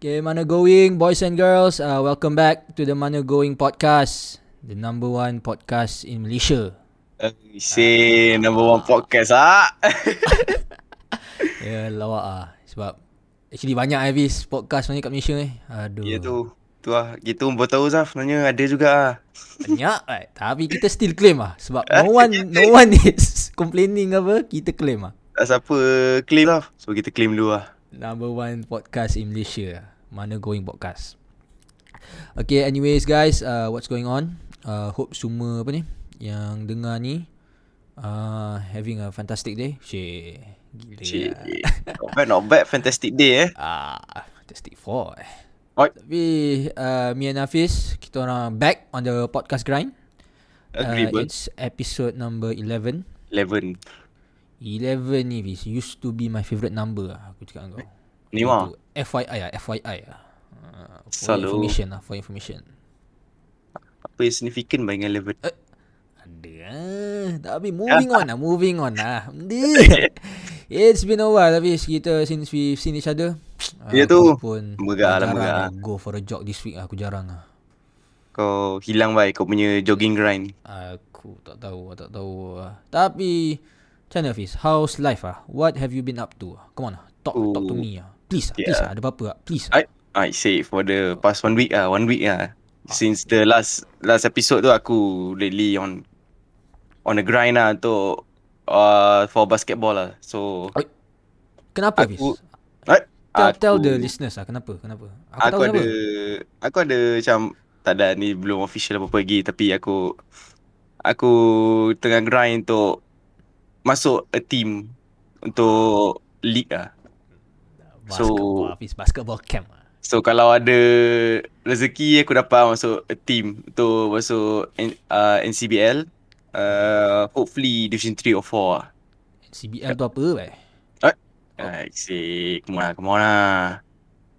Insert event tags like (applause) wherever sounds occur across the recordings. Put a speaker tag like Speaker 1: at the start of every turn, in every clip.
Speaker 1: Okay, Mana Going, boys and girls, uh, welcome back to the Mana Going podcast, the number one podcast in Malaysia.
Speaker 2: Say number one podcast ah.
Speaker 1: Hmm. Ya, yeah, lawak ah sebab actually banyak eh Hafiz podcast sebenarnya kat Malaysia ni. Aduh.
Speaker 2: Ya tu. Tu lah. Gitu pun tahu Zaf. Sebenarnya ada juga ah.
Speaker 1: (laughs) Banyak eh. Tapi kita still claim ah sebab no
Speaker 2: (laughs)
Speaker 1: one no one is (laughs) complaining apa, kita claim ah.
Speaker 2: Tak siapa claim lah. So kita claim dulu lah.
Speaker 1: Number one podcast in Malaysia. Mana Going Podcast. Okay, anyways guys, uh, what's going on? Uh, hope semua apa ni yang dengar ni uh, having a fantastic day. Shit. Gila.
Speaker 2: Cik.
Speaker 1: lah.
Speaker 2: Not bad, not bad. Fantastic day eh.
Speaker 1: Ah, Fantastic Four eh.
Speaker 2: Oi.
Speaker 1: Tapi uh, me and Hafiz Kita orang back on the podcast grind uh,
Speaker 2: Agreeable.
Speaker 1: It's episode number 11
Speaker 2: 11.
Speaker 1: 11 ni Hafiz Used to be my favourite number lah Aku cakap dengan kau
Speaker 2: Ni mah.
Speaker 1: Itu FYI lah FYI lah Uh, for
Speaker 2: Selalu.
Speaker 1: information lah For information
Speaker 2: Apa yang signifikan bagi dengan 11?
Speaker 1: Ada ah.
Speaker 2: (laughs)
Speaker 1: Tapi moving on lah Moving on lah Benda. It's been a while Hafiz Kita since we've seen each other
Speaker 2: Ya
Speaker 1: Ah,
Speaker 2: tu. lah,
Speaker 1: aku pun
Speaker 2: Lama gak, lama
Speaker 1: jarang
Speaker 2: gak.
Speaker 1: nak Go for a jog this week lah. Aku jarang lah
Speaker 2: Kau hilang baik kau punya jogging grind.
Speaker 1: Aku tak tahu, aku tak tahu. ah. Tapi macam mana Hafiz? How's life ah? What have you been up to? ah? Come on ah. Talk talk to
Speaker 2: Oh.
Speaker 1: me ah. Please ah,
Speaker 2: Yeah.
Speaker 1: please ah. Ada apa-apa ah. Please ah.
Speaker 2: I I say for the past one week ah, one week ah. Since the last last episode tu aku lately on on the grind ah untuk uh, for basketball lah. So
Speaker 1: Kenapa Hafiz?
Speaker 2: aku- Right?
Speaker 1: Tell, tell
Speaker 2: Aku-
Speaker 1: the listeners ah kenapa? Kenapa? Aku,
Speaker 2: aku,
Speaker 1: tahu
Speaker 2: ada
Speaker 1: kenapa.
Speaker 2: aku ada macam tak ada ni belum official apa-apa lagi tapi aku aku tengah grind untuk masuk a team untuk league ah.
Speaker 1: Basketball
Speaker 2: So-
Speaker 1: Hafiz, basketball camp ah.
Speaker 2: So kalau ada rezeki aku dapat masuk a team untuk masuk N- uh, NCBL uh, hopefully division 3 or 4 lah.
Speaker 1: CBL tu apa eh? Oh.
Speaker 2: Uh, say, come on, lah, come on lah.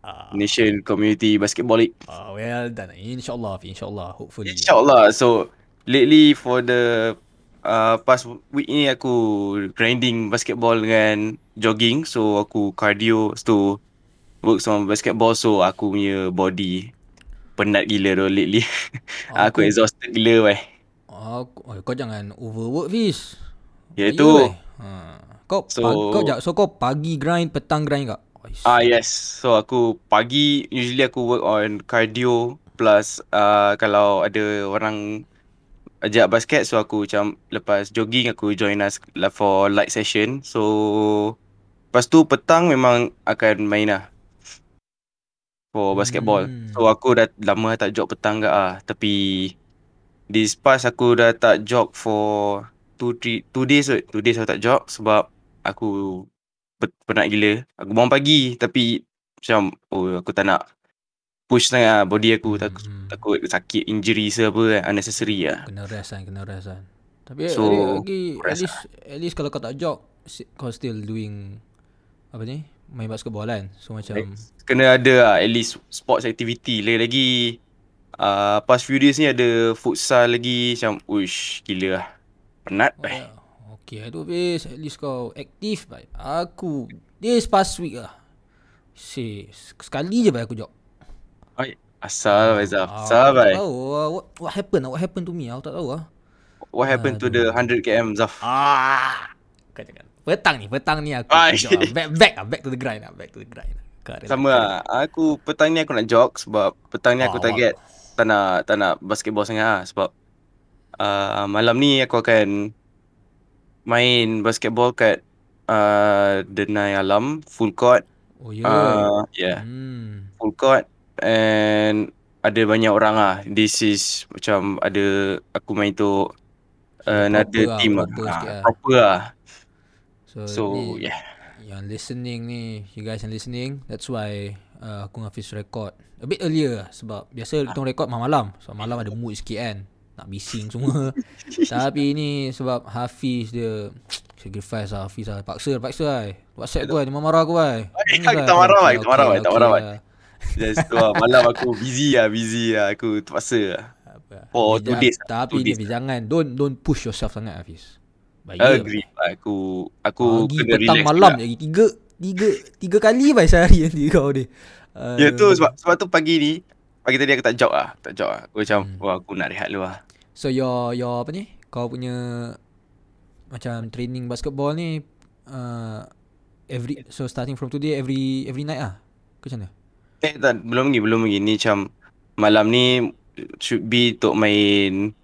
Speaker 1: Ah,
Speaker 2: Nation Community Basketball League.
Speaker 1: ah, well done. InsyaAllah Hafiz, insyaAllah hopefully.
Speaker 2: InsyaAllah lah. So Lately for the uh, Past week ni aku Grinding basketball dengan Jogging So aku cardio Lepas tu Work on basketball So aku punya body Penat gila tu lately (laughs)
Speaker 1: Aku-
Speaker 2: Aku exhausted gila weh
Speaker 1: Aku, oh, kau jangan overwork Hafiz.
Speaker 2: Iaitu
Speaker 1: Iya, weh. Ha. Kau so,
Speaker 2: Ya So-
Speaker 1: pag, kau jap, so kau pagi grind, petang grind kak.
Speaker 2: Ah yes So aku pagi Usually aku work on cardio Plus uh, Kalau ada orang Ajak basket So aku macam Lepas jogging Aku join us lah For light session So Lepas tu petang memang Akan main lah For basketball
Speaker 1: Hmm.
Speaker 2: So aku dah Lama tak jog petang kat lah Tapi This past aku dah tak jog For two three two days kot two days aku tak jog sebab aku pe- penat gila aku bangun pagi tapi macam oh aku tak nak push sangat lah body aku takut
Speaker 1: Hmm.
Speaker 2: takut sakit injury ke apa kan, unnecessary lah
Speaker 1: Kena rest kan Kena rest kan Tapi so,
Speaker 2: So,
Speaker 1: lagi, at
Speaker 2: rest
Speaker 1: least At least kalau kau tak jog si- Kau still doing Apa ni Main basketball kan So macam
Speaker 2: kena ada lah at least sports activity lagi-lagi uh, past few days ni ada futsal lagi macam uish gila lah penat
Speaker 1: oh,
Speaker 2: eh
Speaker 1: ya. Okay tu Fiz At least kau aktif baik. Aku This past week lah Si Sekali je baik aku jog
Speaker 2: Oi, asal Faizal asal
Speaker 1: Aku tak
Speaker 2: bai
Speaker 1: tahu ah, what, what happened ah, What happened to me ah, Aku tak tahu lah
Speaker 2: what happened to the 100km Zaf
Speaker 1: Ah, kau cakap. Petang ni, petang ni aku
Speaker 2: Ai.
Speaker 1: jog ah. back back ah, back to the grind ah, back to the grind. Kau relax,
Speaker 2: Sama
Speaker 1: kau
Speaker 2: lah. Aku petang ni aku nak jog sebab petang ni aku
Speaker 1: Ah,
Speaker 2: target tak nak, tak nak basketball sangat lah sebab uh, malam ni aku akan main basketball kat uh, Denai Alam full court.
Speaker 1: relax. Oh ya.
Speaker 2: Uh, yeah,
Speaker 1: Hmm.
Speaker 2: full court and ada banyak orang ah. This is macam ada aku main tu uh, another
Speaker 1: proper ah,
Speaker 2: team
Speaker 1: proper
Speaker 2: ah.
Speaker 1: sikit
Speaker 2: Ah,
Speaker 1: ah.
Speaker 2: Proper lah.
Speaker 1: So,
Speaker 2: So ya.
Speaker 1: ni,
Speaker 2: yeah.
Speaker 1: yang listening ni, you guys yang listening, that's why uh, aku dengan Hafiz record a bit earlier lah, sebab
Speaker 2: Ah.
Speaker 1: biasa kita orang record malam-malam. So malam ada mood sikit kan. Nak bising
Speaker 2: (laughs)
Speaker 1: semua. Tapi ni sebab Hafiz dia sacrifice lah Hafiz lah. Paksa, paksa lah. WhatsApp aku lah. Dia marah aku lah.
Speaker 2: Aku (laughs) tak marah, baik. Tak marah, baik. Tak marah, baik. Just tu lah. Malam aku busy lah, busy lah. Aku terpaksa lah.
Speaker 1: Apa? Tapi
Speaker 2: For two
Speaker 1: jangan-
Speaker 2: days lah,
Speaker 1: Tapi
Speaker 2: two
Speaker 1: ni
Speaker 2: days
Speaker 1: Hafiz, jangan don't don't push yourself sangat Hafiz. Baik.
Speaker 2: Agree. Aku
Speaker 1: Ya.
Speaker 2: aku
Speaker 1: Pagi,
Speaker 2: kena
Speaker 1: petang,
Speaker 2: relax
Speaker 1: malam
Speaker 2: juga.
Speaker 1: lagi. Tiga tiga tiga kali baik sehari nanti kau ni.
Speaker 2: Ya tu sebab sebab tu pagi ni pagi tadi aku tak jog ah, tak jog ah. Aku macam
Speaker 1: Hmm.
Speaker 2: wah aku nak rehat dulu ah.
Speaker 1: So your your apa ni? Kau punya macam training basketball ni uh, every so starting from today every every night ah. Ke macam mana?
Speaker 2: Eh tak belum lagi belum lagi ni macam malam ni should be untuk main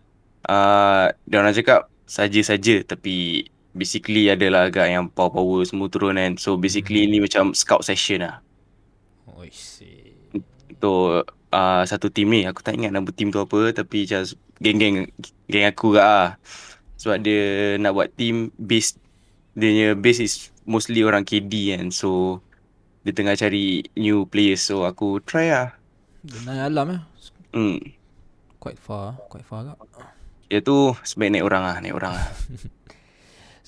Speaker 2: ah uh, orang cakap saja-saja tapi basically adalah agak yang power power semua turun kan. So basically
Speaker 1: Hmm.
Speaker 2: ni macam scout session ah.
Speaker 1: Oi si.
Speaker 2: Untuk uh, satu team ni aku tak ingat nama team tu apa tapi just geng-geng geng aku kat ah. Sebab dia nak buat team base dia punya base is mostly orang KD kan. So dia tengah cari new players so aku try ah.
Speaker 1: Naik alam eh.
Speaker 2: Hmm.
Speaker 1: Quite far, quite far kak.
Speaker 2: Dia tu sebaik naik orang ah, naik orang ah.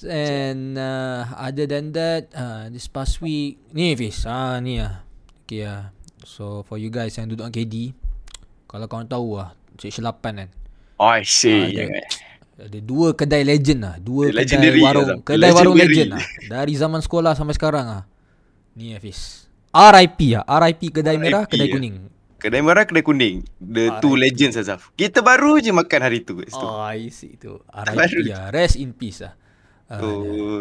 Speaker 1: And uh, other than that, uh, this past week ni Fiz, ah ni ah. Okay ah. So for you guys yang duduk kat KD, kalau kau tahu ah, Section 8 kan.
Speaker 2: Oi, si.
Speaker 1: Ah, dia- Ada dua kedai legend lah Dua
Speaker 2: Kedai
Speaker 1: kedai
Speaker 2: legendary
Speaker 1: warung
Speaker 2: lah, Sam.
Speaker 1: Kedai warung
Speaker 2: Legendary.
Speaker 1: legend lah Dari zaman sekolah sampai sekarang lah Ni Hafiz RIP lah RIP kedai merah Kedai
Speaker 2: ya.
Speaker 1: kuning
Speaker 2: Kedai merah, kedai kuning. The two legends Azaf. Kita baru je makan hari tu kat situ.
Speaker 1: Oh I see tu RIP lah Rest in peace lah Ah,
Speaker 2: So,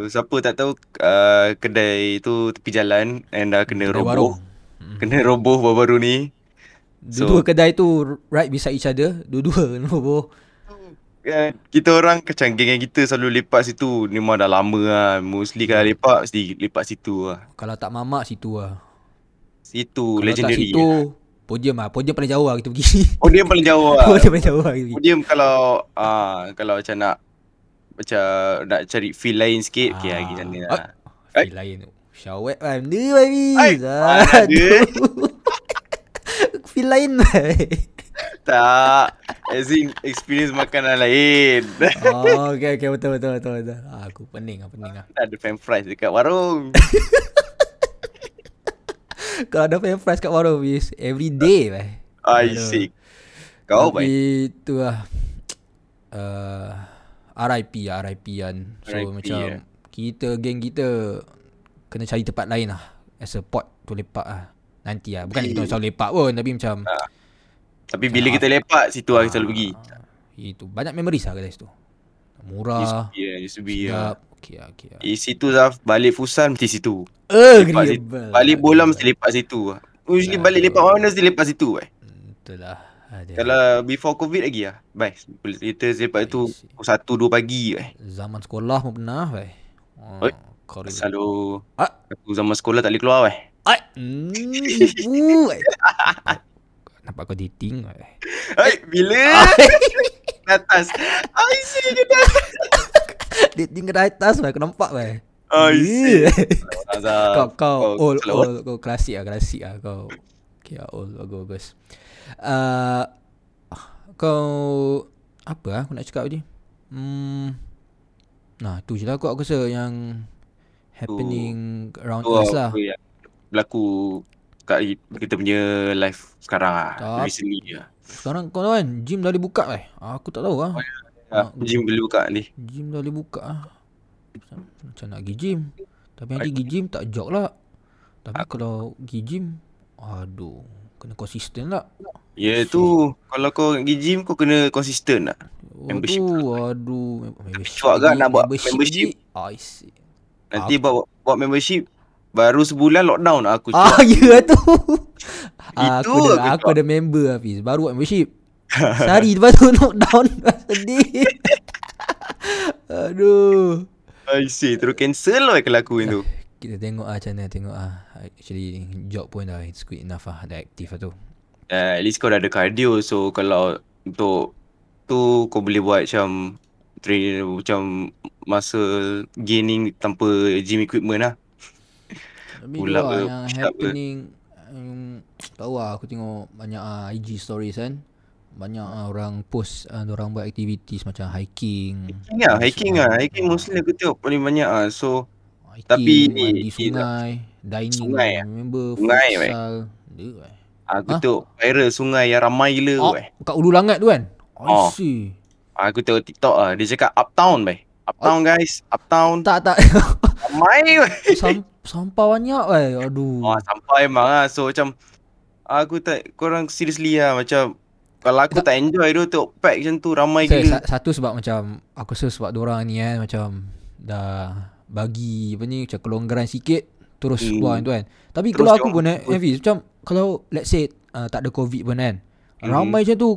Speaker 2: siapa tak tahu uh, kedai tu tepi jalan and dah kena
Speaker 1: Kedai
Speaker 2: roboh.
Speaker 1: warung
Speaker 2: (laughs) Kena roboh baru-baru ni.
Speaker 1: Dua-dua kedai tu Right beside each other Dua-dua (laughs) Nobo
Speaker 2: Kan, kita orang macam geng kita selalu lepak situ. Ni memang dah lama lah. Mostly kalau lepak, mesti lepak situ lah.
Speaker 1: Kalau tak mamak situ lah Kalau
Speaker 2: Situ,
Speaker 1: tak
Speaker 2: legendary. ya.
Speaker 1: situ Podium lah Podium paling jauh lah kita pergi
Speaker 2: Oh, dia yang paling jauh lah.
Speaker 1: (laughs) Podium paling jauh lah kita pergi
Speaker 2: Podium kalau ah kalau macam nak macam nak cari feel lain sikit, okay lagi sana
Speaker 1: Ah.
Speaker 2: lah.
Speaker 1: Feel lain tu Syawet kan Ni baby
Speaker 2: Ai, mana ada?
Speaker 1: (laughs) Feel lain baby
Speaker 2: Tak, as in experience makanan lain. (laughs)
Speaker 1: Oh okay okay betul betul betul, betul. Ah, Aku pening lah pening lah
Speaker 2: Ada fan fries dekat warung.
Speaker 1: Kalau ada french fries kat warung is Every day lah
Speaker 2: I sick. Kau Oh, baik.
Speaker 1: Tapi tu lah uh, RIP lah RIP kan So
Speaker 2: RIP,
Speaker 1: macam
Speaker 2: ya.
Speaker 1: Kita geng kita Kena cari tempat lain lah As a pot tu lepak lah Nanti lah Bukan kita selalu lepak pun Tapi macam
Speaker 2: Tapi bila kita lepak, situ lah kita selalu pergi.
Speaker 1: Itu banyak memories lah kat situ Murah
Speaker 2: Ya, used to be.
Speaker 1: Sedap
Speaker 2: ya.
Speaker 1: Okay lah okay lah
Speaker 2: Eh, situ Zaf, balik Fusan mesti situ. Lepak situ.
Speaker 1: Agreeable
Speaker 2: Balik bola mesti lepak situ.
Speaker 1: Ya.
Speaker 2: Usually balik lepak mana mesti lepak situ. Eh.
Speaker 1: Betul lah Ada.
Speaker 2: Kalau before COVID lagi lah. Baik, kita lepak tu pukul 1 2 pagi. Eh.
Speaker 1: Zaman sekolah pun pernah weh. Oh,
Speaker 2: Oi,
Speaker 1: kau dulu.
Speaker 2: Selalu
Speaker 1: Ah.
Speaker 2: aku zaman sekolah tak boleh keluar eh.
Speaker 1: (laughs)
Speaker 2: weh.
Speaker 1: Ai. Mm, (laughs) ibu, ai. Nampak kau dating weh.
Speaker 2: (laughs) Hai, bila ke
Speaker 1: Ah.
Speaker 2: atas. Ai si kita.
Speaker 1: dating ke atas weh, kau nampak weh.
Speaker 2: Ai si.
Speaker 1: Yeah. kau
Speaker 2: Azaf.
Speaker 1: kau
Speaker 2: Ah, kau
Speaker 1: old
Speaker 2: selalu-
Speaker 1: old kau klasik ah klasik ah kau. Okay ah old bagus bagus. Ah kau apa ah aku nak cakap tadi? Hmm. Nah, tu je lah aku aku rasa yang happening around
Speaker 2: Tu lah
Speaker 1: us lah.
Speaker 2: apa yang berlaku kat hi- kita punya live sekarang ah.
Speaker 1: Tak.
Speaker 2: Recently dia.
Speaker 1: Sekarang kau tahu kan Gym dah boleh buka eh Aku tak tahu lah
Speaker 2: Ah, gym boleh buka ni.
Speaker 1: Gym dah boleh buka lah Macam nak pergi gym Tapi nanti pergi gym tak jog lah Tapi kalau pergi gym Aduh Kena konsisten lah
Speaker 2: Ya tu kalau kau pergi gym kau kena konsisten lah. Membership
Speaker 1: Aduh Aduh mem- Membership
Speaker 2: Cuak kan
Speaker 1: lagi,
Speaker 2: nak buat membership.
Speaker 1: lagi. Ah, I see
Speaker 2: Nanti buat buat membership baru sebulan lockdown lah, aku.
Speaker 1: Ah (laughs) ya tu Ah,
Speaker 2: Itu
Speaker 1: Aku
Speaker 2: aku
Speaker 1: ada Aku ada member Hafiz Baru buat
Speaker 2: (laughs)
Speaker 1: membership Sehari lepas tu (laughs) knockdown Sedih Aduh
Speaker 2: Ai si terus cancel lah kalau aku
Speaker 1: (laughs)
Speaker 2: itu.
Speaker 1: Kita tengok lah macam mana Tengok lah Actually Job pun dah It's good enough lah Dah aktif lah tu
Speaker 2: uh, at least kau dah ada cardio so kalau untuk tu kau boleh buat macam train macam muscle gaining tanpa gym equipment lah.
Speaker 1: Tapi tu
Speaker 2: Pull-up
Speaker 1: lah
Speaker 2: ke,
Speaker 1: Yang
Speaker 2: push-up ke.
Speaker 1: happening um, Tahu lah Aku tengok Banyak ah IG stories kan Banyak ah orang post ah, Orang buat activities Macam hiking
Speaker 2: Hiking lah, hiking lah. Hiking mostly aku tengok paling banyak ah. So
Speaker 1: hiking
Speaker 2: Tapi ni,
Speaker 1: Mandi
Speaker 2: ni
Speaker 1: sungai Dining
Speaker 2: Sungai lah.
Speaker 1: sungai, Remember
Speaker 2: Sungai, weh.
Speaker 1: Futsal Dia weh.
Speaker 2: aku
Speaker 1: Hah?
Speaker 2: tengok viral sungai yang ramai gila
Speaker 1: Oh,
Speaker 2: weh.
Speaker 1: kat Ulu Langat tu kan I
Speaker 2: Oh.
Speaker 1: see
Speaker 2: Aku tengok TikTok ah dia cakap uptown weh.
Speaker 1: Oh.
Speaker 2: Uptown guys, uptown
Speaker 1: Tak
Speaker 2: (laughs)
Speaker 1: tak
Speaker 2: ramai weh.
Speaker 1: Sam, Sampah banyak weh Aduh
Speaker 2: Oh, Wah, sampah emang ah. So macam Aku tak korang seriously lah macam kalau aku tak enjoy tu tengok pack macam tu ramai
Speaker 1: Saya,
Speaker 2: gila.
Speaker 1: sa- satu sebab macam Aku rasa sebab diorang ni kan Macam Dah Bagi Apa ni Macam kelonggaran sikit Terus
Speaker 2: Hmm.
Speaker 1: keluar tu kan Tapi
Speaker 2: Terus
Speaker 1: kalau aku
Speaker 2: diorang
Speaker 1: pun eh,
Speaker 2: ikut.
Speaker 1: Hafiz Macam Kalau let's say uh, Tak ada covid pun kan
Speaker 2: Hmm.
Speaker 1: Ramai macam tu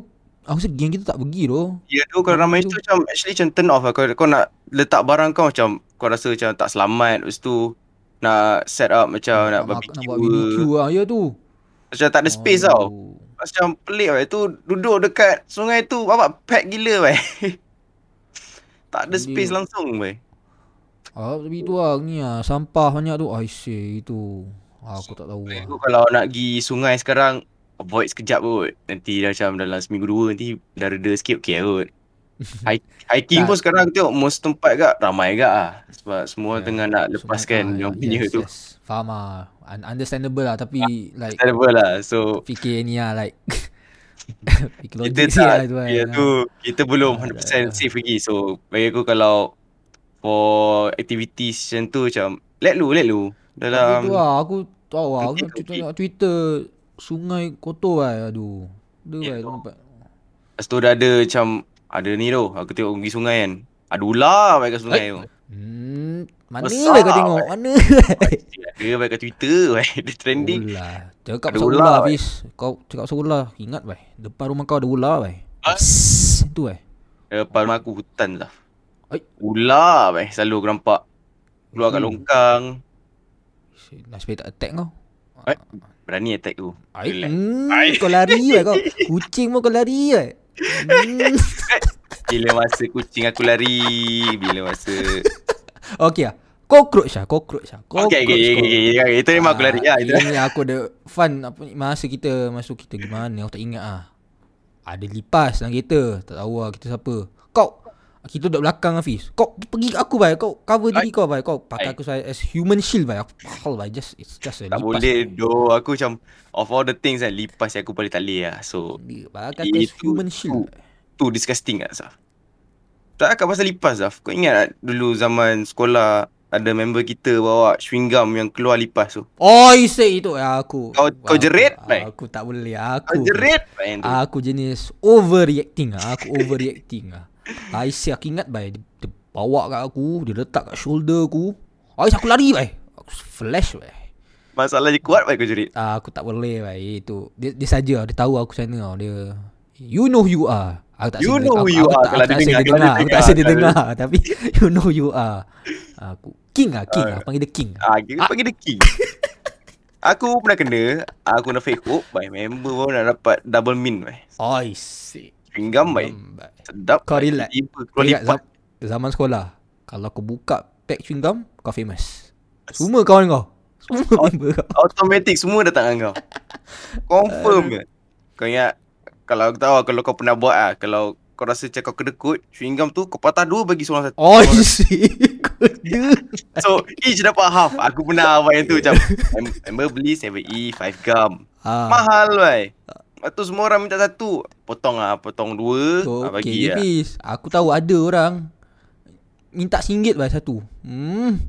Speaker 1: Aku rasa geng kita tak pergi tu
Speaker 2: Ya tu kalau ramai
Speaker 1: Tu.
Speaker 2: tu macam actually macam turn off lah. Kau, kau nak letak barang kau macam kau rasa macam tak selamat. Lepas tu nak set up macam nak,
Speaker 1: mak- Ah, nak
Speaker 2: barbecue.
Speaker 1: buat Oh, BBQ lah Ya tu
Speaker 2: Macam tak ada space tau.
Speaker 1: Aduh.
Speaker 2: Macam pelik weh tu duduk dekat sungai tu babak pack gila weh. (laughs) tak ada
Speaker 1: Pelik.
Speaker 2: space langsung weh.
Speaker 1: Ah, tapi tu lah ni lah Sampah banyak tu Aisyah itu ah, Aku tak tahu lah
Speaker 2: Aku kalau nak pergi sungai sekarang avoid sekejap kot. Nanti dah macam dalam seminggu dua nanti dah reda sikit okey lah (laughs) kot. Hi-
Speaker 1: Tak.
Speaker 2: Hiking pun sekarang aku tengok most tempat kat ramai kat lah. Sebab semua
Speaker 1: Ya,
Speaker 2: tengah nak
Speaker 1: Sungai-
Speaker 2: lepaskan
Speaker 1: ah,
Speaker 2: yang
Speaker 1: ya,
Speaker 2: punya
Speaker 1: yes,
Speaker 2: tu. Ah.
Speaker 1: yes. Faham lah Un- Understandable lah Tapi like
Speaker 2: Tak ada apa lah. So
Speaker 1: fikir ni lah like (laughs) Fikir
Speaker 2: kita
Speaker 1: logik sikit
Speaker 2: tak,
Speaker 1: lah tu kan
Speaker 2: ya tu kita belum
Speaker 1: Ah,
Speaker 2: 100% safe lagi. So bagi aku kalau for activities macam tu macam let lu, let lu.
Speaker 1: Tapi tu
Speaker 2: Dalam
Speaker 1: lah aku tahu lah Aku
Speaker 2: Nanti
Speaker 1: tengok-
Speaker 2: logik.
Speaker 1: tengok Twitter Sungai kotor lah aduh Dia
Speaker 2: Ya,
Speaker 1: lah
Speaker 2: tu.
Speaker 1: tempat
Speaker 2: Lepas tu dah ada macam ada ni tu. Aku tengok pergi sungai kan. Ada ular baik kat sungai tu.
Speaker 1: Hmm Mana
Speaker 2: Besar,
Speaker 1: lah kau tengok Mana (laughs)
Speaker 2: Dia baik kat Twitter (laughs) weh. Dia trending.
Speaker 1: Ular Cakap
Speaker 2: Ada
Speaker 1: pasal
Speaker 2: ular,
Speaker 1: ular
Speaker 2: weh.
Speaker 1: Hafiz Kau cakap pasal ular Ingat weh Depan rumah kau ada ular weh
Speaker 2: Ah.
Speaker 1: Psss, Itu weh
Speaker 2: Depan rumah aku hutan lah.
Speaker 1: Oh. Oi.
Speaker 2: Ular weh selalu aku nampak. Keluar kat
Speaker 1: Hmm.
Speaker 2: longkang.
Speaker 1: Nasib baik tak attack kau
Speaker 2: Eh, berani attack tu.
Speaker 1: Aik,
Speaker 2: Relax.
Speaker 1: hmm,
Speaker 2: Ai.
Speaker 1: kau lari weh
Speaker 2: (laughs)
Speaker 1: kau Kucing pun kau lari weh hmm.
Speaker 2: Bila masa kucing aku lari. Bila masa.
Speaker 1: Okay lah Cockroach lah Cockroach lah Cockroach
Speaker 2: Okay, okay, okay,
Speaker 1: kau.
Speaker 2: okay, okay, okay. Itu memang aku lari.
Speaker 1: Ah,
Speaker 2: Ya, itu.
Speaker 1: Ini aku ada fun apa ni, masa kita masuk kita gimana aku tak ingat ah. Ada lipas dalam kereta, tak tahu lah kita siapa. Kau kita duduk belakang Hafiz. Kau pergi kat aku bai, kau cover diri kau bai. Kau pakai
Speaker 2: Ai.
Speaker 1: aku sebagai- as human shield bai. Aku hal bai just it's just a lipas.
Speaker 2: Tak boleh doh Aku macam of all the things kan lipas yang aku paling tak boleh lah. So
Speaker 1: Dia pakai aku as
Speaker 2: Itu-
Speaker 1: human shield. bai.
Speaker 2: tu disgusting lah Zaf. Tak cakap pasal lipas Zaf. Kau ingat tak dulu zaman sekolah ada member kita bawa chewing gum yang keluar lipas tu.
Speaker 1: Oh, you say itu ah, aku.
Speaker 2: Kau- kau
Speaker 1: Aku-
Speaker 2: jerit, bai?
Speaker 1: Aku tak boleh. ah, Aku.
Speaker 2: Kau jerit main tu.
Speaker 1: Ah, Aku jenis overreacting lah. Aku overreacting lah. Aisyah aku ingat bai. Dia, dia bawa kat aku. Dia letak kat shoulder aku. Aisyah aku lari bai. Aku flash bai.
Speaker 2: Masalahnya kuat baik kau jerit.
Speaker 1: Ah, aku tak boleh bai. Itu. Dia, dia saja. Dia tahu aku sana tau. Dia. You know you are. Aku tak
Speaker 2: You
Speaker 1: rasa dia-
Speaker 2: know
Speaker 1: aku,
Speaker 2: who you
Speaker 1: aku,
Speaker 2: are.
Speaker 1: Tak, aku
Speaker 2: Kalau
Speaker 1: tak
Speaker 2: dia
Speaker 1: rasa dia
Speaker 2: dengar, kalau
Speaker 1: dengar.
Speaker 2: dia
Speaker 1: Aku tak rasa
Speaker 2: (laughs)
Speaker 1: dia
Speaker 2: dengar.
Speaker 1: dengar. Tapi you know you are. Aku. King lah. King lah. Panggil dia king.
Speaker 2: Ah, kita panggil dia king. aku pernah kena, aku kena fake hook by member baru nak dapat double min by.
Speaker 1: Aisyah.
Speaker 2: Chewing gum by.
Speaker 1: Bai.
Speaker 2: Sedap.
Speaker 1: Kau
Speaker 2: baik.
Speaker 1: relax.
Speaker 2: Tiba
Speaker 1: Kau
Speaker 2: keluar
Speaker 1: ingat
Speaker 2: lipas.
Speaker 1: zam- zaman sekolah Kalau kau buka pack chewing gum Kau famous Semua kawan kau Semua member kau
Speaker 2: Automatic semua datang dengan
Speaker 1: (laughs)
Speaker 2: kau. Confirm ke? Kau ingat kalau aku tahu kalau kau pernah buat ah kalau kau rasa macam kau kedekut chewing gum tu kau patah dua bagi seorang satu.
Speaker 1: Oh (laughs) isi
Speaker 2: (laughs)
Speaker 1: Kuda
Speaker 2: So each dapat half. Aku
Speaker 1: (laughs)
Speaker 2: pernah buat yang tu macam mem- member beli 7E 5 gum.
Speaker 1: ah,
Speaker 2: Mahal wei. Lepas tu semua orang minta satu. Potong ah, potong dua,
Speaker 1: so,
Speaker 2: ah,
Speaker 1: Okay
Speaker 2: bagi ah.
Speaker 1: Hafiz Aku tahu ada orang Minta singgit lah satu Hmm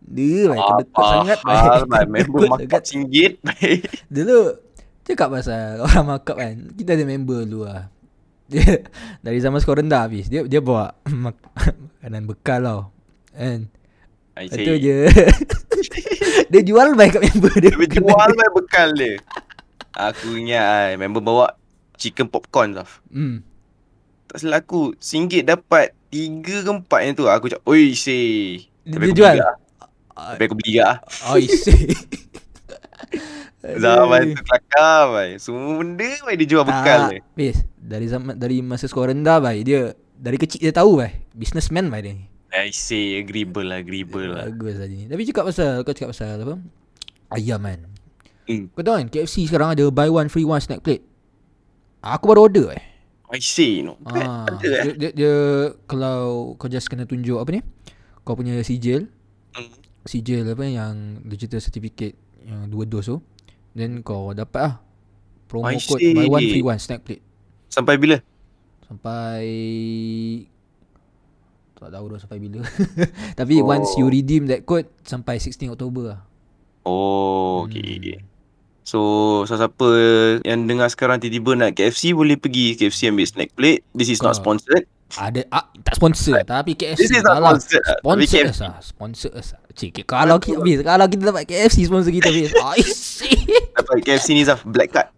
Speaker 1: Dia lah Kedekut sangat lah
Speaker 2: Mahal
Speaker 1: (laughs)
Speaker 2: lah Member
Speaker 1: Kedekut
Speaker 2: makan
Speaker 1: sangat.
Speaker 2: singgit baik.
Speaker 1: Dulu Cakap pasal (laughs) orang markup kan Kita ada member dulu lah Dia (laughs) Dari zaman sekolah rendah Hafiz Dia dia bawa (laughs) mak- Makanan bekal tau Kan? And
Speaker 2: I
Speaker 1: Itu
Speaker 2: say.
Speaker 1: je
Speaker 2: (laughs)
Speaker 1: Dia jual baik kat member dia
Speaker 2: Dia jual lah bekal dia. Aku ingat ah, member bawa chicken popcorn tau.
Speaker 1: hmm.
Speaker 2: Tak salah aku RM1 dapat 3 ke 4 yang tu Aku cakap Oi say
Speaker 1: Dia,
Speaker 2: Tapi
Speaker 1: dia
Speaker 2: aku
Speaker 1: jual
Speaker 2: beli gak ah. Tapi aku beli gak ah.
Speaker 1: Oh isi
Speaker 2: (laughs) Zaman tu kelakar bai. Semua benda bai dia jual bekal dia
Speaker 1: Bis Ah, Dari zaman Dari masa sekolah rendah bai Dia Dari kecil dia tahu bai Businessman bai dia ni
Speaker 2: I say agreeable lah Agreeable lah
Speaker 1: Bagus lah dia ni Tapi cakap pasal Kau cakap pasal apa Ayam kan
Speaker 2: Hmm.
Speaker 1: Kau tahu kan KFC sekarang ada Buy one free one snack plate Aku baru order eh
Speaker 2: Mm. I say no
Speaker 1: Ah,
Speaker 2: Ada eh
Speaker 1: dia, dia, dia, Kalau Kau just kena tunjuk Apa ni Kau punya sijil
Speaker 2: Hmm.
Speaker 1: sijil apa yang digital certificate yang dua dos tu then kau dapat lah promo
Speaker 2: I
Speaker 1: code
Speaker 2: see.
Speaker 1: buy one free one snack plate
Speaker 2: Sampai bila?
Speaker 1: sampai tak tahu dah sampai bila (laughs) tapi oh. once you redeem that code sampai 16 Oktober lah
Speaker 2: Oh okay, okay. So siapa-siapa yang dengar sekarang tiba-tiba nak KFC boleh pergi KFC ambil snack plate. This is not
Speaker 1: Kau-
Speaker 2: sponsored.
Speaker 1: Ada ah, tak sponsor tapi KFC
Speaker 2: This is not
Speaker 1: kalau
Speaker 2: sponsored lah. Tapi
Speaker 1: sponsor
Speaker 2: KFC.
Speaker 1: sah, sponsor sah. Cik, kalau kita habis, kalau kita dapat KFC sponsor kita habis. Ai. cik.
Speaker 2: Dapat KFC ni Zaf black card.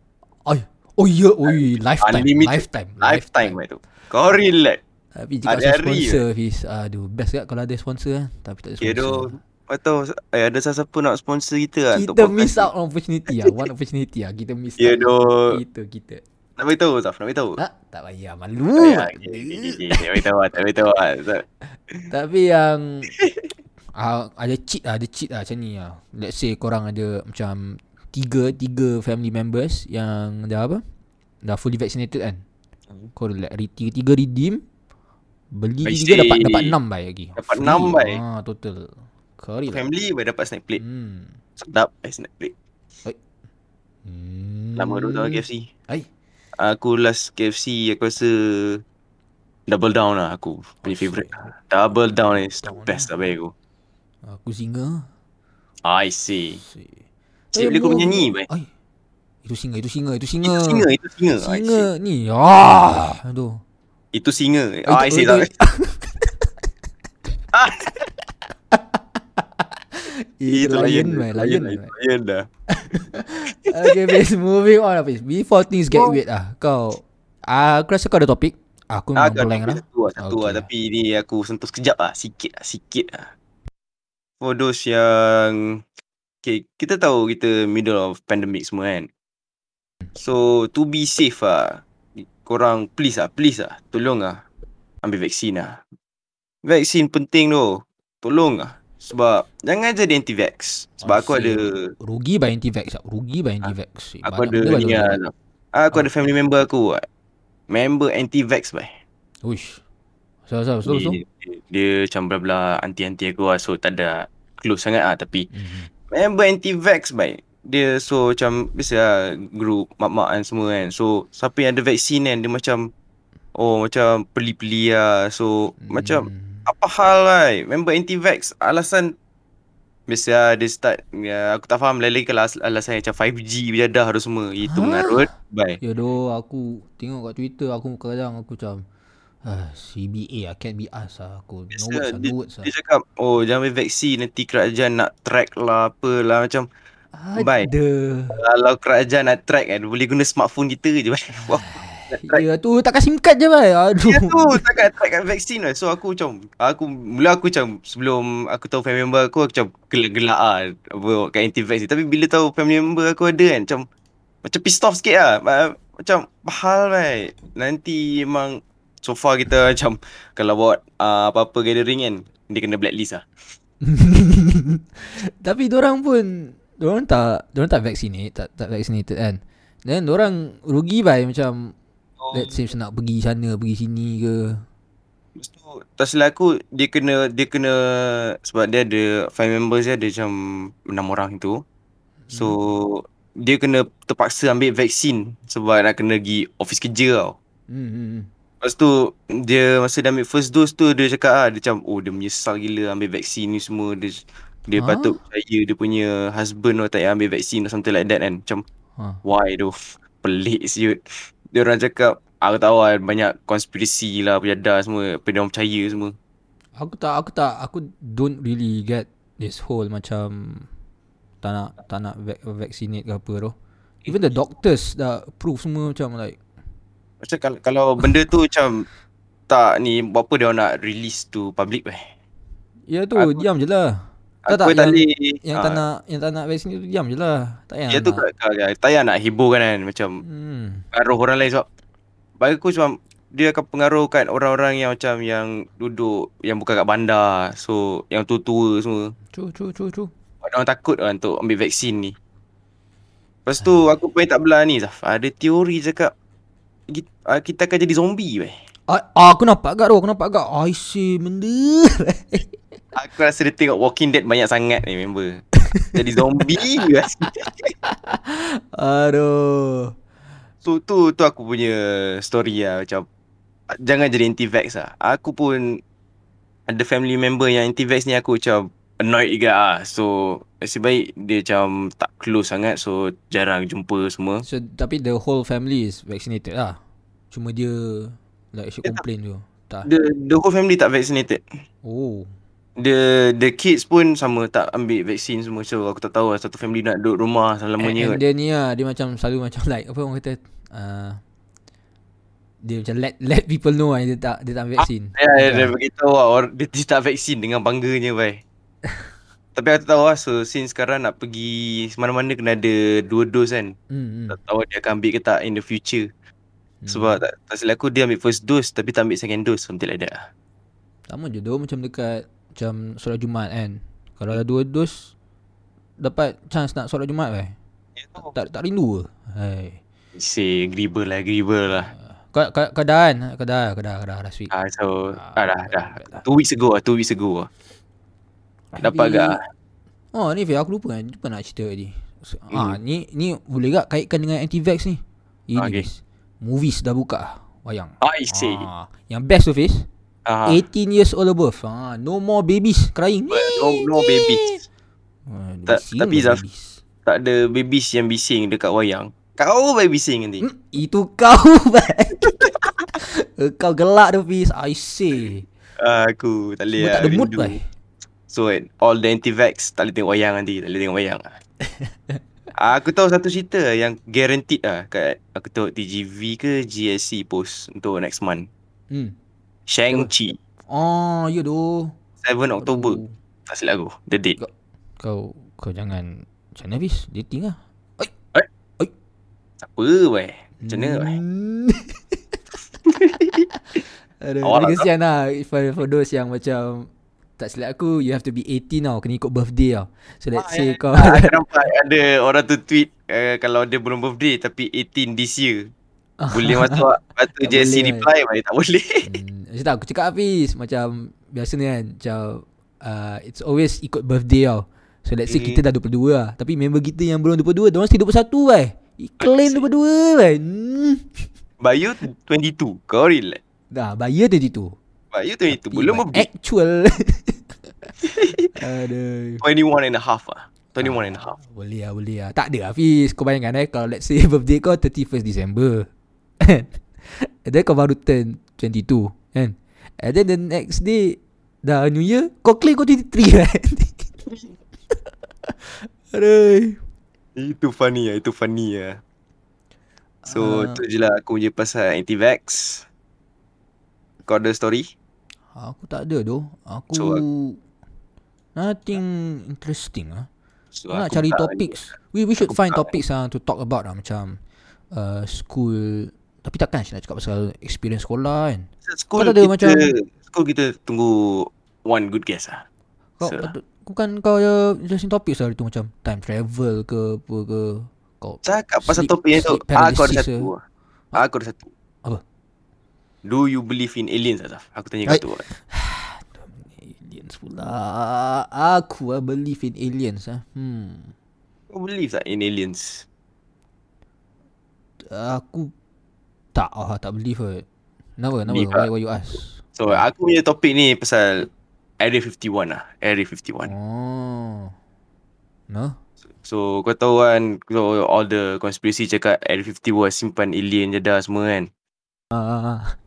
Speaker 1: Ai. Oh ya, oi, lifetime,
Speaker 2: Unlimited.
Speaker 1: lifetime,
Speaker 2: Lifetime lah tu. Kau relax.
Speaker 1: Tapi jika ada
Speaker 2: Hari-hari
Speaker 1: sponsor Fiz Aduh best kat kalau ada sponsor kan Tapi tak ada sponsor
Speaker 2: Kira atau eh, ada siapa-siapa nak sponsor kita lah
Speaker 1: Kita
Speaker 2: podcast
Speaker 1: miss
Speaker 2: ni.
Speaker 1: out on opportunity lah One opportunity lah Kita miss
Speaker 2: Ya
Speaker 1: out
Speaker 2: doh.
Speaker 1: Itu kita
Speaker 2: Nak beritahu Zaf, nak beritahu. Ah, ya,
Speaker 1: Tak, tak payah
Speaker 2: Tak
Speaker 1: malu
Speaker 2: payah. Okay, okay, okay, okay. Tak beritahu lah, tak beritahu lah. Zaf.
Speaker 1: Tapi yang ah, Ada cheat lah Ada cheat lah macam ni lah Let's say korang ada macam Tiga Tiga family members Yang dah apa Dah fully vaccinated kan
Speaker 2: Hmm.
Speaker 1: Kau like re- Tiga-tiga redeem Beli
Speaker 2: I
Speaker 1: tiga dapat
Speaker 2: see.
Speaker 1: dapat enam baik lagi
Speaker 2: Dapat enam baik.
Speaker 1: ah, Total Kari lah
Speaker 2: Family boleh dapat snack plate.
Speaker 1: Hmm
Speaker 2: Sedap eh snack plate.
Speaker 1: Hmm.
Speaker 2: Lama dulu tak makan KFC.
Speaker 1: Ai.
Speaker 2: Aku last KFC aku rasa Double down lah aku punya favourite Double down is the
Speaker 1: Oh, Down
Speaker 2: best lah bagi aku Ah,
Speaker 1: Aku singa.
Speaker 2: I see
Speaker 1: Si.
Speaker 2: Eh. Cik boleh kau menyanyi baik
Speaker 1: Ai. Itu singa, itu singa, itu singa.
Speaker 2: Itu singa, itu singa I
Speaker 1: Singa
Speaker 2: see.
Speaker 1: ni. Ah. Aduh.
Speaker 2: Itu singa
Speaker 1: Oh,
Speaker 2: Ah, I
Speaker 1: itu-
Speaker 2: see
Speaker 1: oh, (laughs)
Speaker 2: tak
Speaker 1: itu-
Speaker 2: Ah,
Speaker 1: Itu lion, man. Lion,
Speaker 2: Lion, (laughs)
Speaker 1: man.
Speaker 2: lion dah
Speaker 1: Okay, please. Moving on, please. Before things get weird ah. Kau. Ah, aku rasa kau ada topik. Aku memang
Speaker 2: Agak
Speaker 1: blank
Speaker 2: tapi
Speaker 1: lah.
Speaker 2: Satu lah, satu lah.
Speaker 1: Okay.
Speaker 2: Tapi ni aku sentuh sekejap lah. Sikit lah, sikit lah. For those yang... Okay, kita tahu kita middle of pandemic semua kan. So, to be safe lah. Korang please lah, please lah. Tolong lah. Ambil vaksin lah. Vaksin penting tu. Tolong lah. Sebab jangan jadi anti-vax. Sebab aku
Speaker 1: Vaksin.
Speaker 2: ada...
Speaker 1: Rugi by anti-vax. ah. Rugi by anti-vax. Eh,
Speaker 2: Aku
Speaker 1: Banyak
Speaker 2: ada
Speaker 1: benda
Speaker 2: ni
Speaker 1: banyak
Speaker 2: lah. Aku
Speaker 1: Oh.
Speaker 2: ada family member aku. ah. Member anti-vax bah.
Speaker 1: benda. Uish. Asal, asal, betul, betul.
Speaker 2: dia, dia, dia macam bla bla anti-anti aku lah. So tak ada close sangat ah tapi
Speaker 1: Mhm.
Speaker 2: member anti-vax baik. Dia so macam biasa lah, group mak-mak kan semua kan. So siapa yang ada vaksin kan dia macam oh macam peli-peli lah. So macam
Speaker 1: Hmm.
Speaker 2: apa hal lah member anti-vax alasan biasa lah, dia start ya, aku tak faham lain-lain kalau as- alasan yang macam 5G bidadah tu semua itu
Speaker 1: Hah?
Speaker 2: mengarut baik.
Speaker 1: Ya doh aku tengok kat Twitter aku kadang aku macam ah, CBA I can't be asked lah aku no
Speaker 2: Biasa,
Speaker 1: words lah no words lah
Speaker 2: Dia cakap oh jangan ambil vaksin nanti kerajaan nak track lah apalah macam bye.
Speaker 1: ada
Speaker 2: Kalau kerajaan nak track kan Boleh guna smartphone kita je (laughs) bang. Wah nak track
Speaker 1: ya tu takkan SIM card je bai aduh
Speaker 2: Dia Ya, tu takkan track kat vaksin lah So aku macam aku Mula aku macam Sebelum aku tahu family member aku Aku macam gelak-gelak lah apa, Kat anti-vax ni Tapi bila tahu family member aku ada kan Macam Macam pissed off sikit lah Ma- Macam Bahal right Nanti memang So far kita macam Kalau buat uh, Apa-apa gathering kan Dia kena blacklist lah
Speaker 1: (laughs) tapi orang pun orang tak orang tak vaccinate tak tak vaccinated kan dan orang rugi bai macam let's say macam nak pergi sana pergi sini ke
Speaker 2: Lepas tu tak silap aku dia kena dia kena sebab dia ada five members dia ada macam enam orang tu. So dia kena terpaksa ambil vaksin sebab nak kena pergi office kerja tau.
Speaker 1: hmm, hmm. hmm.
Speaker 2: Lepas tu dia masa dia ambil first dose tu dia cakap ah dia macam oh dia menyesal gila ambil vaksin ni semua dia dia
Speaker 1: Huh?
Speaker 2: patut percaya dia punya husband tu tak payah ambil vaksin or something like that kan. Macam
Speaker 1: Huh.
Speaker 2: why tu pelik siut. Dia orang cakap aku tahu lah, banyak konspirasi lah pejadah semua apa dia orang percaya semua.
Speaker 1: Aku tak aku tak aku don't really get this whole macam tak nak tak nak vac- vaccinate ke apa tu. Even the doctors dah prove semua macam like
Speaker 2: Macam kalau, kalau benda tu macam tak ni buat apa dia orang nak release to public weh.
Speaker 1: ya tu
Speaker 2: Aku-
Speaker 1: diam je lah. Tak, tak,
Speaker 2: Aku tak
Speaker 1: yang-
Speaker 2: boleh Ah,
Speaker 1: Yang tak nak yang tak nak vaccinate tu diam je lah. Tak payah.
Speaker 2: dia Ya tu
Speaker 1: nak-
Speaker 2: tak, tak, tak, tak payah nak hibur kan, kan macam
Speaker 1: Hmm.
Speaker 2: pengaruh orang lain sebab bagi aku sebab dia akan pengaruhkan orang-orang yang macam yang duduk yang bukan kat bandar so yang tua-tua semua
Speaker 1: Cu cu cu cu.
Speaker 2: orang takut lah untuk ambil vaksin ni lepas tu
Speaker 1: Ah.
Speaker 2: aku pun tak belah ni Zaf ada teori cakap kita, kita akan jadi zombie weh
Speaker 1: Ah, ah, aku nampak agak tu, aku nampak agak. I see benda. (laughs)
Speaker 2: Aku rasa dia tengok Walking Dead banyak sangat ni member Jadi zombie je
Speaker 1: Aduh.
Speaker 2: So tu tu aku punya story lah macam Jangan jadi anti-vax lah Aku pun Ada family member yang anti-vax ni aku macam annoyed juga ah. So nasib baik dia macam tak close sangat so jarang jumpa semua.
Speaker 1: So tapi the whole family is vaccinated lah. Cuma dia like she
Speaker 2: Dia tak-
Speaker 1: complain tu. Tak.
Speaker 2: The the whole family tak vaccinated.
Speaker 1: Oh.
Speaker 2: The the kids pun sama tak ambil vaksin semua. So aku tak tahu lah satu family nak duduk rumah
Speaker 1: And, and
Speaker 2: selamanya. kot.
Speaker 1: dia ni lah Dia macam selalu macam like Apa orang kata uh, Dia macam let let people know lah Dia tak dia tak ambil vaksin
Speaker 2: Ya, yeah, dia beritahu lah or, dia, dia tak vaksin dengan bangganya
Speaker 1: (laughs)
Speaker 2: bai. Tapi aku tak tahu lah so since sekarang nak pergi mana-mana kena ada dua dos kan.
Speaker 1: hmm, hmm.
Speaker 2: Tak tahu dia akan ambil ke tak in the future.
Speaker 1: Hmm.
Speaker 2: Sebab tak, tak silap aku dia ambil first dose tapi tak ambil second dose something like that. lah.
Speaker 1: Sama je Dia macam dekat Macam solat Jumaat kan Kalau ada dua dos Dapat chance nak solat Jumaat eh. Tak tak rindu ke Hai
Speaker 2: Say agreeable lah, agreeable lah.
Speaker 1: Kau kau kau dah kau dah kau dah kau dah last week.
Speaker 2: Ah, so
Speaker 1: Ah,
Speaker 2: ah, dah,
Speaker 1: betul,
Speaker 2: dah.
Speaker 1: betul lah.
Speaker 2: Two weeks ago lah, two weeks ago lah. Dapat
Speaker 1: Tapi-
Speaker 2: agak
Speaker 1: Oh ni Fih aku lupa kan Lupa nak cerita tadi so, hmm. ah, ni ni boleh gak kaitkan dengan anti-vax ni Ini okay.
Speaker 2: Okay.
Speaker 1: Fiz Movies dah buka Wayang
Speaker 2: Ah, I see.
Speaker 1: ah, Yang best tu Fiz ah.
Speaker 2: Ah,
Speaker 1: 18 years old above ah, No more babies crying
Speaker 2: no, no babies.
Speaker 1: ah, dia
Speaker 2: Ta-
Speaker 1: bising
Speaker 2: tapi
Speaker 1: lah
Speaker 2: Zaf-
Speaker 1: babies.
Speaker 2: Tak ada babies yang bising dekat wayang. Kau bayi bising nanti.
Speaker 1: Hmm, Itu kau (laughs) bang. Kau gelak tu Fiz I say
Speaker 2: Ah, aku tak boleh
Speaker 1: Semua tak
Speaker 2: lah,
Speaker 1: ada mood
Speaker 2: rindu.
Speaker 1: bang.
Speaker 2: So kan, all the anti-vax tak boleh tengok wayang nanti, tak boleh tengok
Speaker 1: (laughs)
Speaker 2: wayang. Ah, aku tahu satu cerita yang guaranteed lah kat aku tahu TGV ke GSC post untuk next month.
Speaker 1: hmm.
Speaker 2: Shang-Chi,
Speaker 1: Oh ya doh
Speaker 2: 7
Speaker 1: Oh.
Speaker 2: Oktober. Tak silap aku, the date.
Speaker 1: Kau kau jangan Macam mana Fiz Dating lah
Speaker 2: Apa
Speaker 1: (laughs)
Speaker 2: weh? Macam mana weh? (laughs)
Speaker 1: Hmm. Aduh,
Speaker 2: Awal
Speaker 1: Awal
Speaker 2: lah,
Speaker 1: kesian lah for, for those yang macam Tak silap aku You have to be 18 tau Kena ikut birthday tau So let's say kau
Speaker 2: Ah, Aku nampak ada orang tu tweet uh, kalau dia belum birthday tapi 18 this year.
Speaker 1: (laughs)
Speaker 2: Boleh masuk tak? Lepas tu
Speaker 1: Tak
Speaker 2: JC
Speaker 1: boleh,
Speaker 2: reply mai tak boleh.
Speaker 1: (laughs)
Speaker 2: (laughs)
Speaker 1: hmm, Macam tak aku cakap Hafiz Macam Biasa ni kan Macam uh, It's always ikut birthday tau So let's say
Speaker 2: Hmm.
Speaker 1: kita dah 22 lah Tapi member kita yang belum 22 Diorang still 21 weh Claim 22 weh hmm.
Speaker 2: Bayu 22. Kau relax.
Speaker 1: Dah bayar tadi tu
Speaker 2: Bayu 22. Belum birthday.
Speaker 1: Actual Aduh
Speaker 2: 21 and a half ah. 21 and a half.
Speaker 1: Boleh lah, boleh lah. Tak ada Hafiz. Kau bayangkan eh, kalau let's say (laughs) birthday kau 31st December. kan? And then kau baru turn 22. Kan? And then the next day, dah New Year, kau claim kau 23 (laughs) kan? Aduh.
Speaker 2: Itu funny ah, itu funny ah. So,
Speaker 1: Ah.
Speaker 2: tu je lah aku punya pasal anti-vax. Kau ada story?
Speaker 1: Aku tak ada tu. Aku...
Speaker 2: So,
Speaker 1: Nothing interesting ah.
Speaker 2: So,
Speaker 1: Kau nak
Speaker 2: Lah, aku
Speaker 1: cari
Speaker 2: tak-
Speaker 1: topics. We we should
Speaker 2: aku
Speaker 1: find
Speaker 2: tak-
Speaker 1: topics ah to talk about lah macam uh, school tapi takkan Syed nak cakap pasal experience sekolah kan. Kau
Speaker 2: School
Speaker 1: tak
Speaker 2: kita,
Speaker 1: ada
Speaker 2: macam...
Speaker 1: macam-
Speaker 2: school kita tunggu one good guess ah.
Speaker 1: Kau
Speaker 2: So-
Speaker 1: patut bukan kau ada interesting topics hari tu macam time travel ke apa ke. Kau
Speaker 2: Cakap pasal
Speaker 1: Sleep-
Speaker 2: topik yang tu
Speaker 1: sleep
Speaker 2: Aku ada
Speaker 1: paralysis
Speaker 2: satu
Speaker 1: ke?
Speaker 2: ah. Aku ada satu
Speaker 1: Apa?
Speaker 2: Do you believe in aliens Azaf? Aku tanya
Speaker 1: Hai.
Speaker 2: kau tu ah.
Speaker 1: aliens pula. Aku ah believe in aliens ah. Hmm.
Speaker 2: Kau believe tak lah in aliens?
Speaker 1: Aku tak ah tak believe kot. Kenapa? Kenapa?
Speaker 2: Believe
Speaker 1: Why,
Speaker 2: ah.
Speaker 1: why you ask?
Speaker 2: So aku punya topik ni pasal Area 51 lah Area 51
Speaker 1: Oh. No?
Speaker 2: So kau tahu kan so, All the conspiracy cakap Area 51 simpan alien je dah semua kan
Speaker 1: Ah.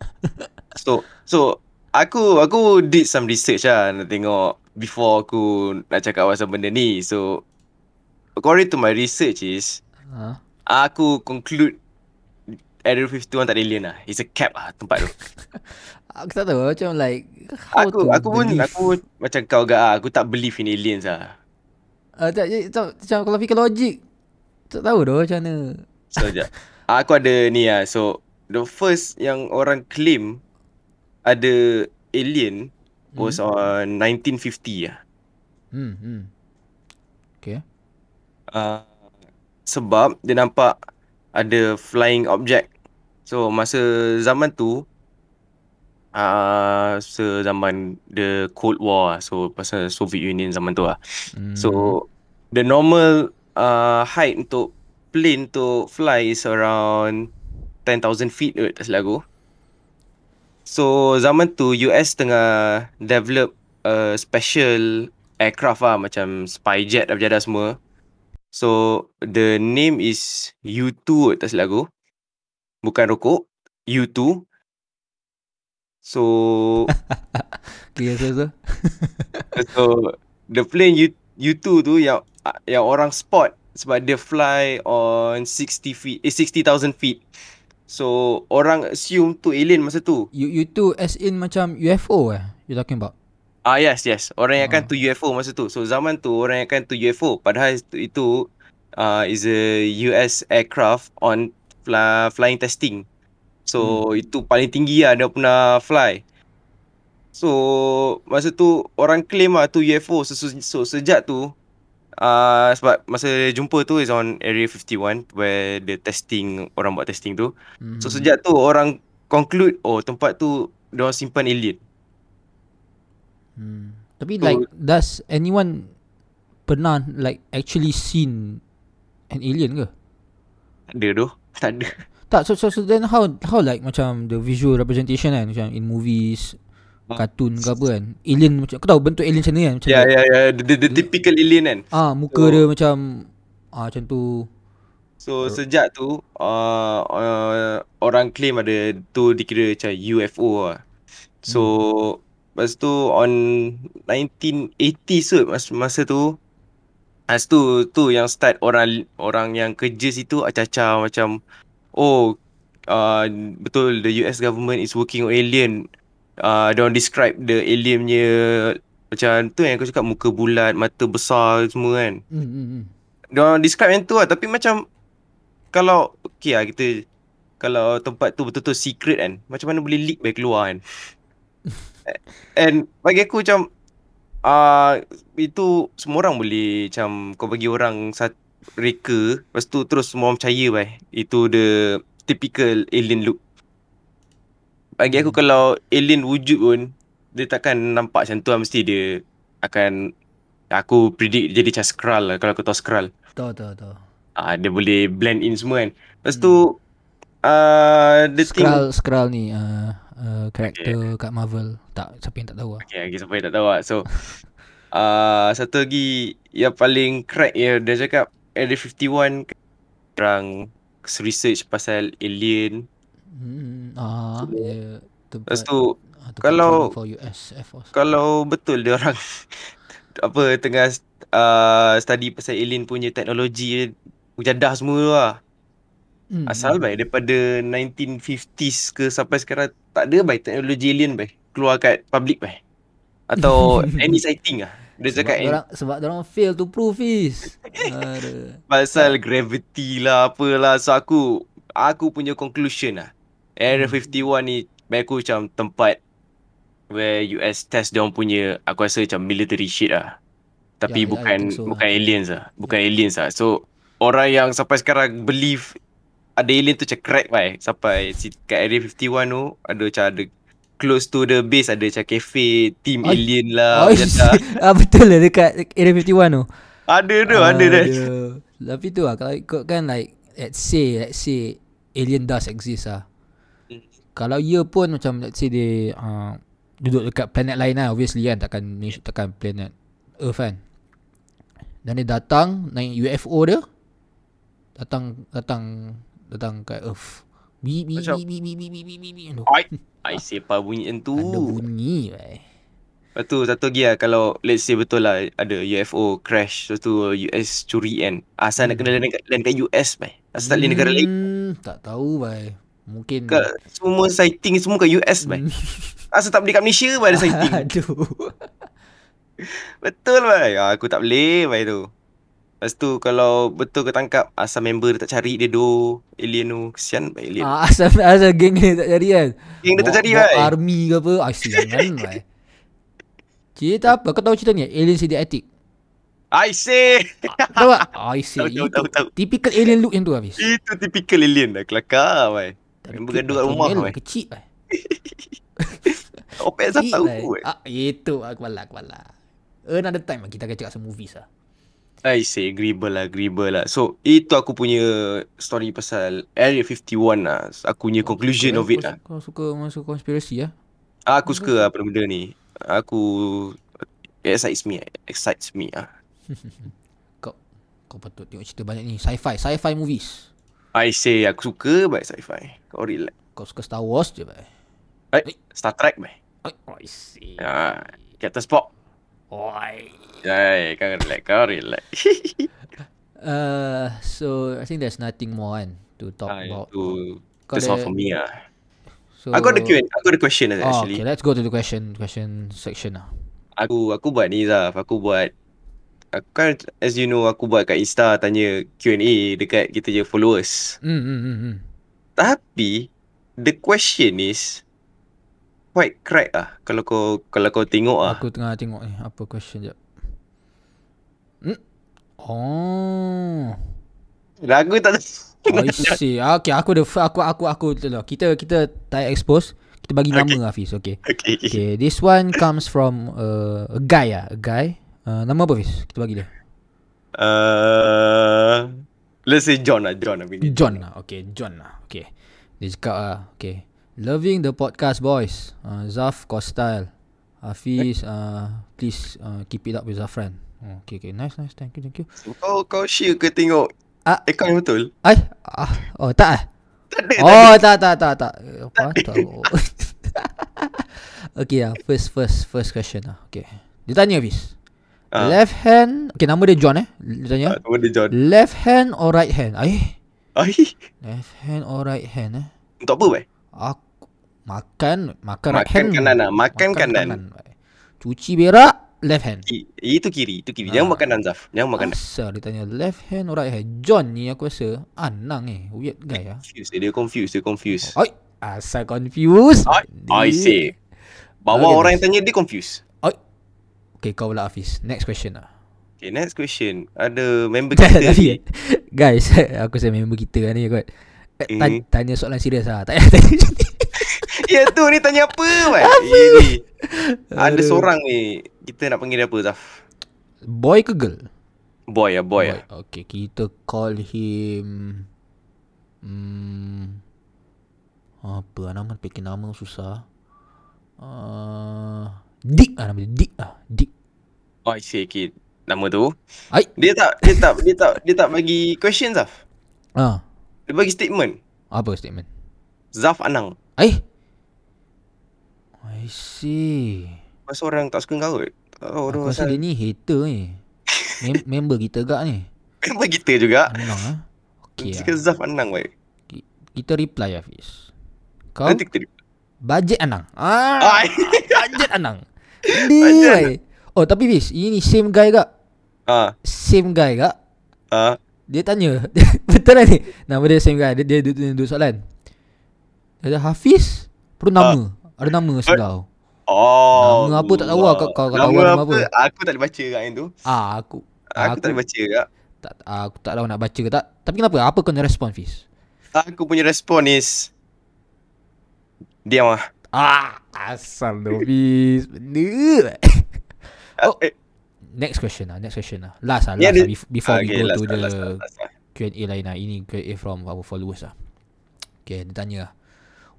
Speaker 2: So So Aku aku did some research lah Nak tengok Before aku nak cakap pasal benda ni So According to my research is
Speaker 1: Ah.
Speaker 2: Aku conclude Area 51 tak ada alien lah It's a cap lah tempat tu
Speaker 1: Aku tak tahu macam like how
Speaker 2: Aku
Speaker 1: to
Speaker 2: aku pun
Speaker 1: believe.
Speaker 2: aku macam kau gak ah, Aku tak believe in aliens lah
Speaker 1: uh, tak, tak, tak, macam kalau fikir logik tak tahu doh macam mana.
Speaker 2: So sekejap Aku ada ni lah So The first yang orang claim Ada alien Was on 1950 lah
Speaker 1: Hmm. hmm. Okay. eh.
Speaker 2: uh, Sebab dia nampak Ada flying object So masa zaman tu Ah, uh, sezaman the Cold War lah. so pasal Soviet Union zaman tu lah.
Speaker 1: Hmm.
Speaker 2: So the normal uh, height untuk plane to fly is around 10,000 feet kot tak silap aku. So zaman tu US tengah develop a special aircraft lah macam spyjet apa jadah semua. So the name is U2 kot, tak silap aku. Bukan rokok, U2. So
Speaker 1: Okay, so, so.
Speaker 2: so the plane U, U2 tu yang yang orang spot sebab dia fly on 60 feet, eh 60,000 feet. So orang assume tu alien masa tu.
Speaker 1: You, you two as in macam UFO eh? You talking about?
Speaker 2: Ah yes yes orang yang akan
Speaker 1: Ah.
Speaker 2: tu UFO masa tu. So zaman tu orang yang akan tu UFO padahal itu, itu uh, is a US aircraft on fla- flying testing. So hmm. itu paling tinggi lah dia pernah fly. So masa tu orang claim lah tu UFO so, so, so sejak tu uh, sebab masa jumpa tu is on area 51 where the testing orang buat testing tu.
Speaker 1: Mm.
Speaker 2: So sejak tu orang conclude oh tempat tu dia orang simpan alien.
Speaker 1: Hmm. Tapi
Speaker 2: So-
Speaker 1: like does anyone pernah like actually seen an alien ke?
Speaker 2: Ada tu. (laughs) Tak ada.
Speaker 1: Tak so so, so then how how like macam the visual representation kan macam in movies
Speaker 2: Ah.
Speaker 1: kartun ke apa kan alien macam kau tahu bentuk alien macam ni kan macam
Speaker 2: Ya
Speaker 1: like,
Speaker 2: ya ya the, the, the typical alien kan.
Speaker 1: ah muka
Speaker 2: So-
Speaker 1: dia macam ah macam tu
Speaker 2: So sejak tu uh, uh, orang claim ada tu dikira macam UFO lah. So lepas tu on 1980s kot masa, masa tu Lepas tu tu yang start orang orang yang kerja situ acah-acah macam oh uh, betul the US government is working on alien. Uh, don't describe the alien punya macam tu yang aku cakap muka bulat, mata besar semua kan
Speaker 1: hmm hmm hmm.
Speaker 2: diorang describe yang tu lah tapi macam kalau okay lah kita kalau tempat tu betul-betul secret kan macam mana boleh leak bagi keluar kan and bagi aku macam ah uh, itu semua orang boleh macam kau bagi orang sat reka lepas tu terus semua orang percaya bai itu the typical alien look bagi aku kalau alien wujud pun dia takkan nampak macam tu lah mesti dia akan aku predict dia jadi macam Skrull lah kalau aku tahu Skrull
Speaker 1: tahu tahu tahu
Speaker 2: Ah, dia boleh blend in semua kan. Lepas tu ah the thing
Speaker 1: Skrull Skrull ni uh, uh, karakter kat Marvel tak siapa yang tak tahu ah
Speaker 2: okay, okay, siapa yang tak tahu lah. So ah satu lagi yang paling crack ya dia cakap Area 51 orang research pasal alien.
Speaker 1: hmm ah
Speaker 2: So-
Speaker 1: dia tempat,
Speaker 2: Lepas tu
Speaker 1: ah, tempat
Speaker 2: kalau-
Speaker 1: training for US Air Force
Speaker 2: kalau betul dia orang (laughs) apa tengah ah study pasal alien punya teknologi jadah semua tu lah.
Speaker 1: Hmm, hmm.
Speaker 2: Asal baik daripada 1950s ke sampai sekarang tak ada baik teknologi alien baik keluar kat public baik.
Speaker 1: (laughs)
Speaker 2: Atau any sighting ah. Dia
Speaker 1: sebab
Speaker 2: cakap any-
Speaker 1: orang sebab orang fail to prove
Speaker 2: (laughs)
Speaker 1: is. Aduh. Ah.
Speaker 2: pasal gravity lah apalah so aku aku punya conclusion lah. Area
Speaker 1: Hmm.
Speaker 2: 51 ni baik aku macam tempat where US test dia punya aku rasa macam military shit lah.
Speaker 1: Yeah, yeah,
Speaker 2: Tapi
Speaker 1: I
Speaker 2: bukan
Speaker 1: think so,
Speaker 2: bukan
Speaker 1: yeah.
Speaker 2: aliens lah. Bukan aliens lah. So orang yang sampai sekarang believe ada alien tu macam crack lah Sampai si, kat area 51 tu ada macam ada close to the base ada macam cafe team
Speaker 1: Oi.
Speaker 2: alien lah.
Speaker 1: Oh,
Speaker 2: macam dah.
Speaker 1: (laughs) ah, betul lah dekat Area 51 tu.
Speaker 2: ada tu, ada tu.
Speaker 1: Aduh. Tapi tu lah kalau ikut kan like let's say let's say alien does exist ah.
Speaker 2: Hmm.
Speaker 1: Kalau ia pun macam let's say dia uh, duduk dekat planet lain lah obviously kan takkan ni takkan planet Earth kan. Dan dia datang naik UFO dia datang datang datang kat Earth. Bi bi
Speaker 2: Macam-
Speaker 1: bi bi bi bi bi bi bi. Aduh.
Speaker 2: Oi. I sepa bunyi yang tu.
Speaker 1: Ada bunyi weh.
Speaker 2: Lepas tu satu lagi lah kalau let's say betul lah ada UFO crash lepas tu US curi kan. Asal nak kena land kat, land kat US bai. Asal tak land negara lain.
Speaker 1: Hmm, Tak tahu bai. Mungkin
Speaker 2: Kat, semua sighting semua kat US bai.
Speaker 1: Hmm.
Speaker 2: Asal tak boleh kat Malaysia bai ada
Speaker 1: (laughs)
Speaker 2: sighting.
Speaker 1: Aduh.
Speaker 2: Betul bai. Ah, aku tak boleh bai tu. Lepas tu kalau betul kau tangkap asal member dia tak cari dia do alien tu kesian bai alien.
Speaker 1: Ah, asal asal geng dia tak cari kan.
Speaker 2: Yang dia tak
Speaker 1: Bawa-
Speaker 2: cari
Speaker 1: bawa
Speaker 2: bai.
Speaker 1: Army ke apa? Ah, jangan
Speaker 2: (laughs)
Speaker 1: bai. Cerita apa? Kau tahu cerita ni? Alien Sediatic.
Speaker 2: I say
Speaker 1: Tahu
Speaker 2: (laughs)
Speaker 1: tak? Ah, I see.
Speaker 2: Ah, tahu tahu tahu. tahu.
Speaker 1: Typical alien look yang tu habis.
Speaker 2: Itu typical alien dah kelakar bai.
Speaker 1: Tak
Speaker 2: Member
Speaker 1: kecil,
Speaker 2: gaduh
Speaker 1: tak
Speaker 2: kat rumah eh.
Speaker 1: comel,
Speaker 2: weh.
Speaker 1: Kecil bai.
Speaker 2: Opek asal tahu eh.
Speaker 1: Kecil,
Speaker 2: kot.
Speaker 1: bai. Ah, itu aku kepala kepala. Another time kita akan cakap pasal movies lah.
Speaker 2: I say agreeable lah, agreeable lah. So, itu aku punya story pasal Area 51 lah. Aku punya
Speaker 1: Kau
Speaker 2: conclusion
Speaker 1: suka,
Speaker 2: of
Speaker 1: eh?
Speaker 2: it lah.
Speaker 1: ah.
Speaker 2: Ah,
Speaker 1: Kau, kau suka masuk konspirasi ya?
Speaker 2: Aku suka lah benda ni. Aku It excites me. It excites me ah.
Speaker 1: Kau kau patut tengok cerita banyak ni. Sci-fi, sci-fi movies.
Speaker 2: I say aku suka baik sci-fi. Kau relax. Eh,
Speaker 1: Kau suka Star Wars je, bye.
Speaker 2: Right? Star Trek baik.
Speaker 1: Oi, oh, I see.
Speaker 2: Ah, Captain Spock.
Speaker 1: Oi.
Speaker 2: Hai, kau relax, kau relax.
Speaker 1: Uh, so I think there's nothing more kan to talk
Speaker 2: Ah,
Speaker 1: about.
Speaker 2: itu
Speaker 1: Kau
Speaker 2: that's all
Speaker 1: ada-
Speaker 2: for me ah.
Speaker 1: So,
Speaker 2: Aku ada Q&A, aku ada question lah
Speaker 1: Oh,
Speaker 2: actually.
Speaker 1: okay, let's go to the question question section lah.
Speaker 2: Aku aku buat ni Zaf, aku buat aku kan as you know aku buat kat Insta tanya Q&A dekat kita je followers.
Speaker 1: Hmm, hmm, hmm, hmm.
Speaker 2: Tapi the question is quite crack ah kalau kau kalau kau tengok ah.
Speaker 1: Aku tengah tengok ni apa question jap. Hmm. Oh.
Speaker 2: Lagu
Speaker 1: (laughs)
Speaker 2: tak
Speaker 1: I see. Ah, Okay, aku ada aku aku aku tu lah. Kita kita tak expose. Kita bagi nama Hafiz.
Speaker 2: (laughs)
Speaker 1: Okay.
Speaker 2: (laughs) okay. okay.
Speaker 1: Okay, this one comes from uh, a guy ah, a guy. Uh, nama apa Hafiz? Kita bagi dia.
Speaker 2: Uh, let's say John lah, John. I mean.
Speaker 1: John lah. Okay, John lah. Okay. Dia cakap lah. Okay. Loving the podcast boys. Uh, Zaf got style. Hafiz,
Speaker 2: Eh?
Speaker 1: uh, please uh, keep it up with Zafran. Oh, okay, okay. Nice, nice. Thank you, thank you.
Speaker 2: Kau kau share ke tengok
Speaker 1: Ah.
Speaker 2: account betul?
Speaker 1: Ay, ah, oh tak
Speaker 2: (laughs)
Speaker 1: ah.
Speaker 2: Tak ada.
Speaker 1: Oh tak tak tak tak. Eh, Apa
Speaker 2: (laughs)
Speaker 1: tak. (laughs) oh. okay lah. First first first question lah. Okay. Dia tanya Hafiz.
Speaker 2: Ah.
Speaker 1: Left hand. Okay nama dia John eh. Dia tanya.
Speaker 2: Tak tahu dia Ah, John.
Speaker 1: Left hand or right hand? Ay.
Speaker 2: Ai, (laughs)
Speaker 1: Left hand or right hand eh.
Speaker 2: untuk apa weh?
Speaker 1: Aku makan makan,
Speaker 2: Makan
Speaker 1: right hand.
Speaker 2: kanan lah, makan kanan.
Speaker 1: baik. Cuci berak left hand.
Speaker 2: Ki- Itu kiri, itu kiri. Jangan
Speaker 1: Ah.
Speaker 2: makan Anzaf. Jangan makan.
Speaker 1: Asal dia tanya left hand or right hand. John ni aku rasa anang eh. Weird guy ah.
Speaker 2: Confused. Dia confused, dia confused.
Speaker 1: Oi, asal confused.
Speaker 2: I, I
Speaker 1: Dia-
Speaker 2: say. Bawa
Speaker 1: Okay,
Speaker 2: orang yang tanya dia confused.
Speaker 1: Oi. Okay, kau pula Hafiz. Next question lah. (laughs)
Speaker 2: Okay, next question. Ada member kita. ni.
Speaker 1: Tapi guys, (laughs) aku saya member kita ni kot. Eh, tan-
Speaker 2: Hmm.
Speaker 1: Tanya soalan serius lah. Tak payah (laughs) tanya macam ni.
Speaker 2: ya tu ni tanya apa weh? Apa? Ada
Speaker 1: Aduh.
Speaker 2: seorang ni. Kita nak panggil dia apa Zaf?
Speaker 1: Boy ke girl?
Speaker 2: Boy ya, boy ya.
Speaker 1: Okay, kita call him hmm, apa lah nama fikir nama susah. Uh, Dick ah nama dia Dick ah Dick.
Speaker 2: Oh, I say okay. Nama tu.
Speaker 1: Ai.
Speaker 2: Dia tak dia tak dia tak dia tak bagi question Zaf.
Speaker 1: Ah,
Speaker 2: Dia bagi statement.
Speaker 1: apa statement?
Speaker 2: Zaf Anang.
Speaker 1: Eh. I see.
Speaker 2: Masa orang tak suka kau kot. Tak tahu tu
Speaker 1: Aku
Speaker 2: pasal.
Speaker 1: rasa dia ni hater ni. (laughs) Mem- member kita agak ni.
Speaker 2: (laughs) Member kita juga.
Speaker 1: Anang ah. Okay.
Speaker 2: Jika
Speaker 1: Ah.
Speaker 2: Zaf Anang weh.
Speaker 1: Ki- Kita reply Hafiz. Kau
Speaker 2: Nanti kita
Speaker 1: budget Anang. Ah.
Speaker 2: Ai.
Speaker 1: (laughs) Budget Anang. Dia. Oh tapi Fiz, ini same guy kak.
Speaker 2: Ah,
Speaker 1: Same guy kak.
Speaker 2: ah.
Speaker 1: Dia tanya. (laughs) Betul lah ni. Nama dia same guy. Dia dia dia, dia, dia soalan. Dia ada Hafiz. Perlu nama.
Speaker 2: Ah.
Speaker 1: Ada nama
Speaker 2: Eh.
Speaker 1: sedau.
Speaker 2: Oh.
Speaker 1: Nama apa tak tahu lah. Kau- kau- kau tahu nama apa?
Speaker 2: Aku tak boleh baca kat yang tu.
Speaker 1: Ah aku
Speaker 2: Aku,
Speaker 1: aku,
Speaker 2: tak boleh baca kat.
Speaker 1: tak, aku tak tahu nak baca ke tak. Tapi kenapa? Apa kau nak respon Fiz?
Speaker 2: Aku punya respon is diam ah.
Speaker 1: Ah, asal tu Fiz. Benda. Oh.
Speaker 2: Oh.
Speaker 1: Next question lah, next question lah. Last lah, last
Speaker 2: Ni ada-
Speaker 1: lah bef- before we go to the
Speaker 2: Ya, last, lah, last, last, last.
Speaker 1: Q&A lain lah. Ini Q&A from our followers lah. Okay, dia tanya lah.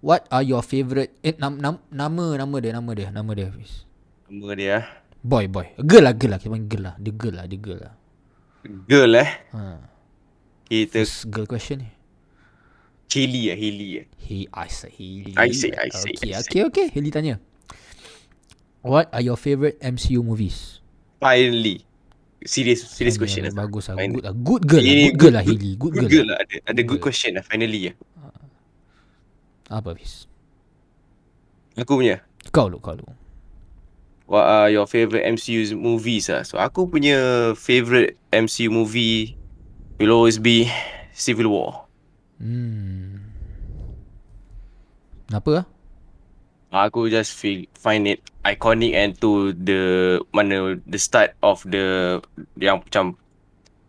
Speaker 1: What are your favourite eh, nam, nam, nama nama dia nama dia nama dia Hafiz.
Speaker 2: Nama dia ah.
Speaker 1: Boy boy. Girl lah girl lah kita panggil girl lah. Dia girl lah, dia girl lah.
Speaker 2: girl eh.
Speaker 1: Ha.
Speaker 2: Kita
Speaker 1: This girl question ni.
Speaker 2: Chili ah, Hili ah.
Speaker 1: He I say Haley.
Speaker 2: I see, I see,
Speaker 1: Okay,
Speaker 2: I see.
Speaker 1: okay, okay. Haley tanya. What are your favourite MCU movies?
Speaker 2: Finally. Serious serious question
Speaker 1: Tanya,
Speaker 2: lah.
Speaker 1: Bagus lah.
Speaker 2: Finally.
Speaker 1: Good, lah. good girl lah.
Speaker 2: Ini
Speaker 1: Good girl lah Haley. Good girl. lah.
Speaker 2: lah. Ada, ada good question lah finally ah. lah.
Speaker 1: Apa Hafiz?
Speaker 2: Aku punya.
Speaker 1: Kau lu, kau lu.
Speaker 2: What are your favourite MCU movies ah? So aku punya favourite MCU movie will always be Civil War.
Speaker 1: Hmm. Kenapa lah?
Speaker 2: Aku just feel find it iconic and to the mana the start of the yang macam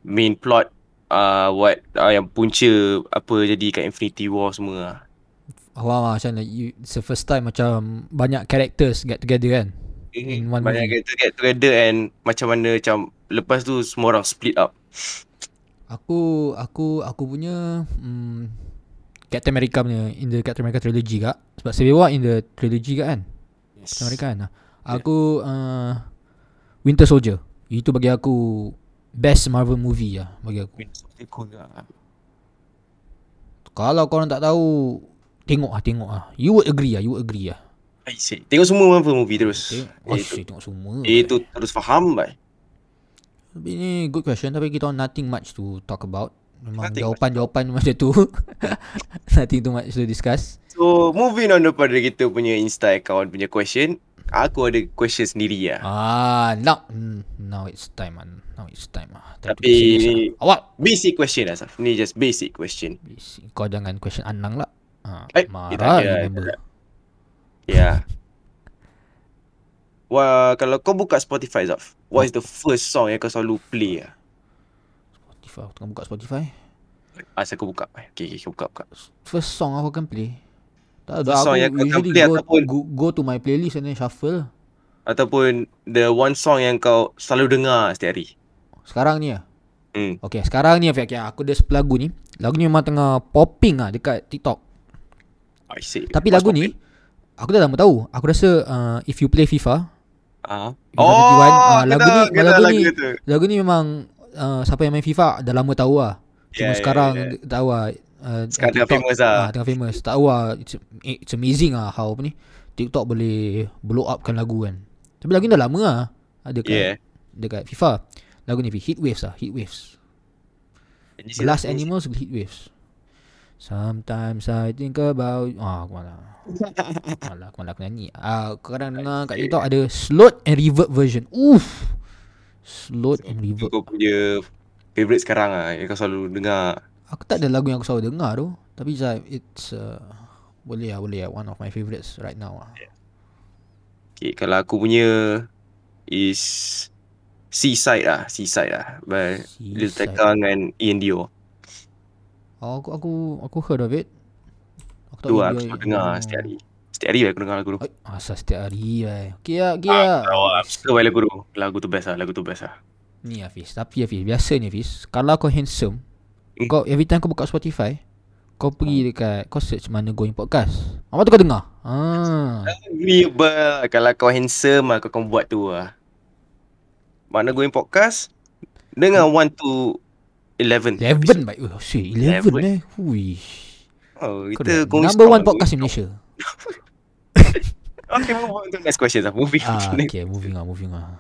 Speaker 2: main plot uh, what uh, yang punca apa jadi kat Infinity War semua. ah.
Speaker 1: Wah, macam like you, it's the first time macam banyak characters get together kan. In one
Speaker 2: Mm-hmm. Banyak
Speaker 1: movie.
Speaker 2: get to get together and macam mana macam lepas tu semua orang split up.
Speaker 1: Aku aku aku punya hmm, Captain America punya in the Captain America trilogy kak. Sebab Civil War in the trilogy kak kan. Captain America kan. Aku uh, Winter Soldier. Itu bagi aku best Marvel movie lah bagi aku.
Speaker 2: Winter cool lah.
Speaker 1: Kalau korang tak tahu Tengok lah tengok lah You would agree lah You would agree lah
Speaker 2: I see. Tengok semua Marvel movie terus.
Speaker 1: Tengok Oh
Speaker 2: itu,
Speaker 1: shit tengok semua
Speaker 2: itu terus faham bai.
Speaker 1: Tapi ni good question Tapi kita orang nothing much to talk about Memang
Speaker 2: Nothing
Speaker 1: jawapan-jawapan (laughs) macam tu Nothing too much to discuss
Speaker 2: So moving on daripada kita punya Insta account punya question, aku ada question sendiri lah.
Speaker 1: Ah Now mm, Now it's time ah. Now it's time ah. time to
Speaker 2: Tapi-
Speaker 1: be serious ah. Awak
Speaker 2: Basic question lah Saf. Ni just basic question.
Speaker 1: Basic. Kau jangan question Anang lah ha,
Speaker 2: Eh, eh, tak
Speaker 1: Marah
Speaker 2: ada,
Speaker 1: eh,
Speaker 2: tak
Speaker 1: member
Speaker 2: ada. Yeah. Ya. Wah, kalau kau buka Spotify Zaf, what is the first song yang kau selalu play lah?
Speaker 1: Spotify Aku tengah buka Spotify
Speaker 2: Asal aku buka. bai. Okay, okay, aku buka, buka.
Speaker 1: First song aku akan play Tak ada
Speaker 2: First
Speaker 1: Aku
Speaker 2: song yang kau akan
Speaker 1: usually
Speaker 2: play
Speaker 1: go,
Speaker 2: ataupun-
Speaker 1: go, go to my playlist And then shuffle
Speaker 2: Ataupun the one song yang kau selalu dengar setiap hari.
Speaker 1: Sekarang ni lah
Speaker 2: Hmm.
Speaker 1: Okay sekarang ni Afiq okay, Aku ada satu lagu ni Lagu ni memang tengah popping lah Dekat TikTok
Speaker 2: I see.
Speaker 1: Tapi
Speaker 2: What's
Speaker 1: lagu ni
Speaker 2: your
Speaker 1: Aku dah lama tahu Aku rasa uh, If you play FIFA
Speaker 2: Ah.
Speaker 1: FIFA 21, ah,
Speaker 2: kena,
Speaker 1: lagu ni-
Speaker 2: kena
Speaker 1: lagu
Speaker 2: lagu
Speaker 1: ni-
Speaker 2: tu.
Speaker 1: Lagu ni memang uh, Siapa yang main FIFA Dah lama tahu lah Cuma
Speaker 2: Yeah, yeah,
Speaker 1: yeah, sekarang
Speaker 2: yeah.
Speaker 1: yeah, yeah. Tahu lah uh,
Speaker 2: ya, Sekarang dah
Speaker 1: TikTok,
Speaker 2: famous lah.
Speaker 1: ah, Tengah famous Tahu lah it's, it's amazing lah How apa ni TikTok boleh Blow upkan lagu kan Tapi lagu ni dah lama lah Ada kat,
Speaker 2: Yeah.
Speaker 1: yeah. dekat FIFA Lagu ni Afiq, Heat Waves lah Heat Waves Glass Animals with Heat Waves. Sometimes I think about ah aku
Speaker 2: (laughs)
Speaker 1: malah. malah aku malah aku nyanyi. Ah aku kadang dengar kat TikTok ada slowed and reverb version. Uff. Slowed and
Speaker 2: Itu
Speaker 1: reverb.
Speaker 2: kau punya favorite sekarang ah yang kau selalu dengar.
Speaker 1: Aku tak ada lagu yang aku selalu dengar tu, tapi macam it's uh, boleh lah, boleh lah. One of my favourites right now lah.
Speaker 2: Okay, kalau aku punya is Seaside lah, Seaside lah by Lil
Speaker 1: Seaside.
Speaker 2: Tecca dengan Ian Dio.
Speaker 1: Oh, aku aku aku heard of it. Aku
Speaker 2: Tu
Speaker 1: tahu
Speaker 2: lah aku
Speaker 1: dia-
Speaker 2: selalu dengar
Speaker 1: oh.
Speaker 2: setiap hari. Setiap hari aku dengar lagu tu.
Speaker 1: Oi, Asal setiap hari eh. Okay lah, okay lah.
Speaker 2: Tahu lah, aku suka banget lagu tu. Lagu tu best lah, lagu tu best lah.
Speaker 1: Ni Hafiz Tapi Hafiz Biasa ni Hafiz Kalau kau handsome
Speaker 2: Eh. Ah.
Speaker 1: Kau every time kau buka Spotify Kau pergi dekat Kau search mana going podcast Apa tu kau dengar ah.
Speaker 2: Agreeable. Kalau kau handsome lah, kau akan buat tu lah. Mana going podcast? Dengar 1 to 11.
Speaker 1: 11 baik Oh shit 11
Speaker 2: 11.
Speaker 1: eh Hui
Speaker 2: Oh,
Speaker 1: Kau dah
Speaker 2: kita
Speaker 1: Number one
Speaker 2: going strong lah, going
Speaker 1: podcast in Malaysia
Speaker 2: Okay, move on to next question lah. Moving on to
Speaker 1: ah,
Speaker 2: next.
Speaker 1: Okay moving on Moving on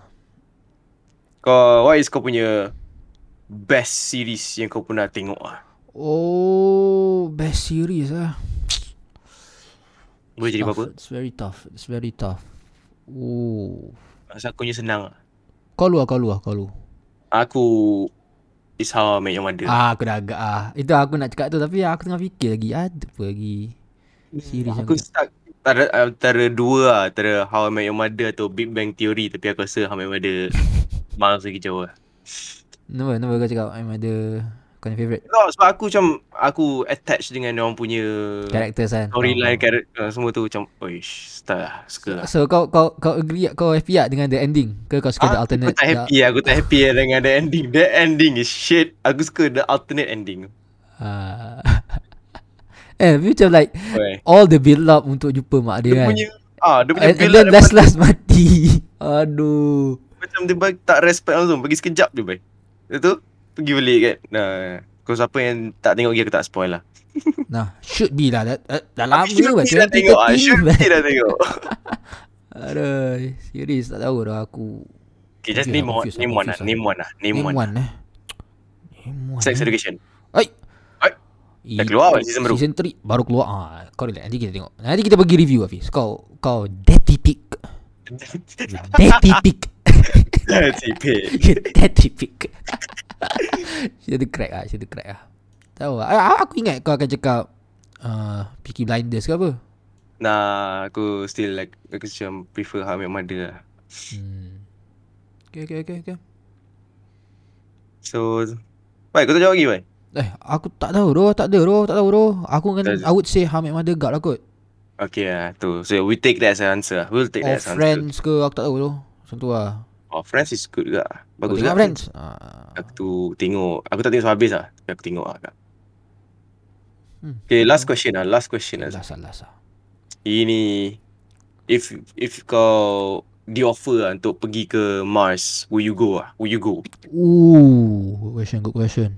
Speaker 2: Kau, what is kau punya best series yang kau pernah tengok lah?
Speaker 1: Oh Best series lah
Speaker 2: Boleh jadi
Speaker 1: Tough.
Speaker 2: apa-apa?
Speaker 1: It's very tough It's very tough Oh
Speaker 2: Masa aku punya senang lah.
Speaker 1: Kau lu lah Kau lu lah Kau lu
Speaker 2: Aku is how I met your mother.
Speaker 1: Ah aku dah agak ah. Itu aku nak cakap tu Tapi aku tengah fikir lagi Ada apa lagi Series
Speaker 2: Hmm, aku
Speaker 1: aku
Speaker 2: stuck antara, antara dua lah. Antara How I Met Your Mother atau Big Bang Theory. Tapi aku rasa How I Met
Speaker 1: (laughs)
Speaker 2: Your Mother malas lagi jauh lah.
Speaker 1: Kenapa? Kenapa kau cakap I'm ada Kau punya favourite
Speaker 2: No, sebab aku macam aku attached dengan orang punya
Speaker 1: Characters kan
Speaker 2: storyline, character semua tu macam, oish, style lah, suka lah.
Speaker 1: So kau kau kau agree tak- kau happy tak dengan the ending ke kau suka the
Speaker 2: Aku
Speaker 1: alternate
Speaker 2: tak happy lah. Aku tak happy lah dengan the ending. The ending is shit. Aku suka the alternate ending.
Speaker 1: Ah. (laughs) eh tapi macam like
Speaker 2: Oi.
Speaker 1: all the build up untuk jumpa mak dia
Speaker 2: Dia
Speaker 1: kan
Speaker 2: punya ah dia punya
Speaker 1: and, and
Speaker 2: build
Speaker 1: then
Speaker 2: up
Speaker 1: last last mati (laughs) aduh
Speaker 2: macam dia bagi, tak respect langsung pergi sekejap je bai. Lepas tu pergi balik kan. Nah, kau siapa yang tak tengok lagi aku tak spoil lah.
Speaker 1: nah should be lah dah, dah, dah lama
Speaker 2: Should
Speaker 1: lah
Speaker 2: be dah tengok. ah. Should
Speaker 1: 2013
Speaker 2: be dah tengok.
Speaker 1: (laughs) aduh serius tak tahu dah aku
Speaker 2: Okay, just
Speaker 1: Confused lah,
Speaker 2: name one.
Speaker 1: confused lah,
Speaker 2: Name one
Speaker 1: confused
Speaker 2: lah.
Speaker 1: lah.
Speaker 2: Name one lah. Name
Speaker 1: name
Speaker 2: one.
Speaker 1: one eh name one eh.
Speaker 2: Sex Education. (laughs)
Speaker 1: Oi.
Speaker 2: Oi. Dah keluar awal season baru.
Speaker 1: Season 3 baru keluar. Ah, kau relax nanti kita tengok. Nanti kita pergi review Hafiz. Kau kau dirty
Speaker 2: (laughs)
Speaker 1: pig. Dirty (laughs) pig.
Speaker 2: Cipik.
Speaker 1: You dirty (laughs) pig. She the crack ah, she the crack ah. Tahu ah, ah, aku ingat kau akan cakap uh, Peaky Blinders ke apa?
Speaker 2: Nah, aku still like aku macam prefer How I Met Your Mother lah.
Speaker 1: Hmm. Okay, okay, okay, okay.
Speaker 2: So, Baik, kau tak jawab lagi, Bai?
Speaker 1: Eh, aku tak tahu doh, tak ada doh, tak tahu doh. Aku kan
Speaker 2: Tak ada.
Speaker 1: I would say Hamid Mother God lah kot.
Speaker 2: Okay lah, tu. So, we take that as an answer lah. We'll take
Speaker 1: Or
Speaker 2: that as an answer.
Speaker 1: friends ke aku tak tahu doh. Macam tu lah.
Speaker 2: Oh, Friends is good juga.
Speaker 1: Kau
Speaker 2: Bagus
Speaker 1: tengok
Speaker 2: juga.
Speaker 1: friends. Ah.
Speaker 2: Aku tu tengok. Aku tak tengok habis lah. Tapi Aku tengok lah. Kak.
Speaker 1: Hmm.
Speaker 2: Okay, last question lah. Last question lah.
Speaker 1: Last, last, last.
Speaker 2: Ini if if kau di offer lah untuk pergi ke Mars, will you go ah? Will you go?
Speaker 1: Ooh, good question, good question.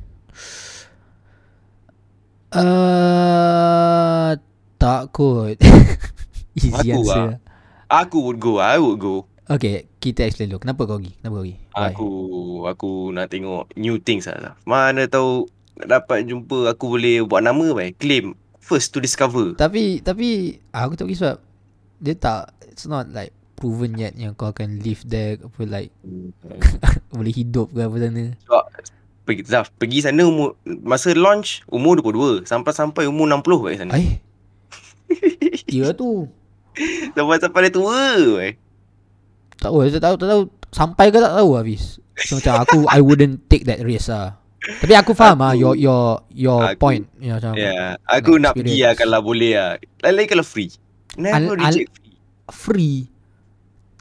Speaker 1: Uh, tak kot. (laughs) Easy
Speaker 2: Aku lah.
Speaker 1: answer.
Speaker 2: Aku would go, I would go.
Speaker 1: Okay, kita explain dulu. Kenapa kau pergi? Kenapa kau pergi? Why?
Speaker 2: Aku aku nak tengok new things lah. Zaf. Mana tahu dapat jumpa aku boleh buat nama baik, claim first to discover.
Speaker 1: Tapi tapi ah, aku tak pergi sebab dia tak it's not like proven yet yang kau akan live there apa like boleh hidup ke apa sana.
Speaker 2: Pergi Zaf, pergi sana umur masa launch umur 22 sampai sampai umur 60 baik sana.
Speaker 1: Ai. (laughs) ya tu.
Speaker 2: Sampai sampai dia tua baik.
Speaker 1: Tak tahu, tak tahu, tak tahu sampai ke tak tahu habis. So, macam aku I wouldn't take that risk lah. Tapi aku faham ah your your your
Speaker 2: Aku-
Speaker 1: point. Ya macam
Speaker 2: Ya, yeah. aku
Speaker 1: Nak
Speaker 2: nak pergi lah
Speaker 1: experience.
Speaker 2: kalau boleh lah. Lain-lain kalau free. Never
Speaker 1: Al- al-
Speaker 2: reject free.
Speaker 1: free.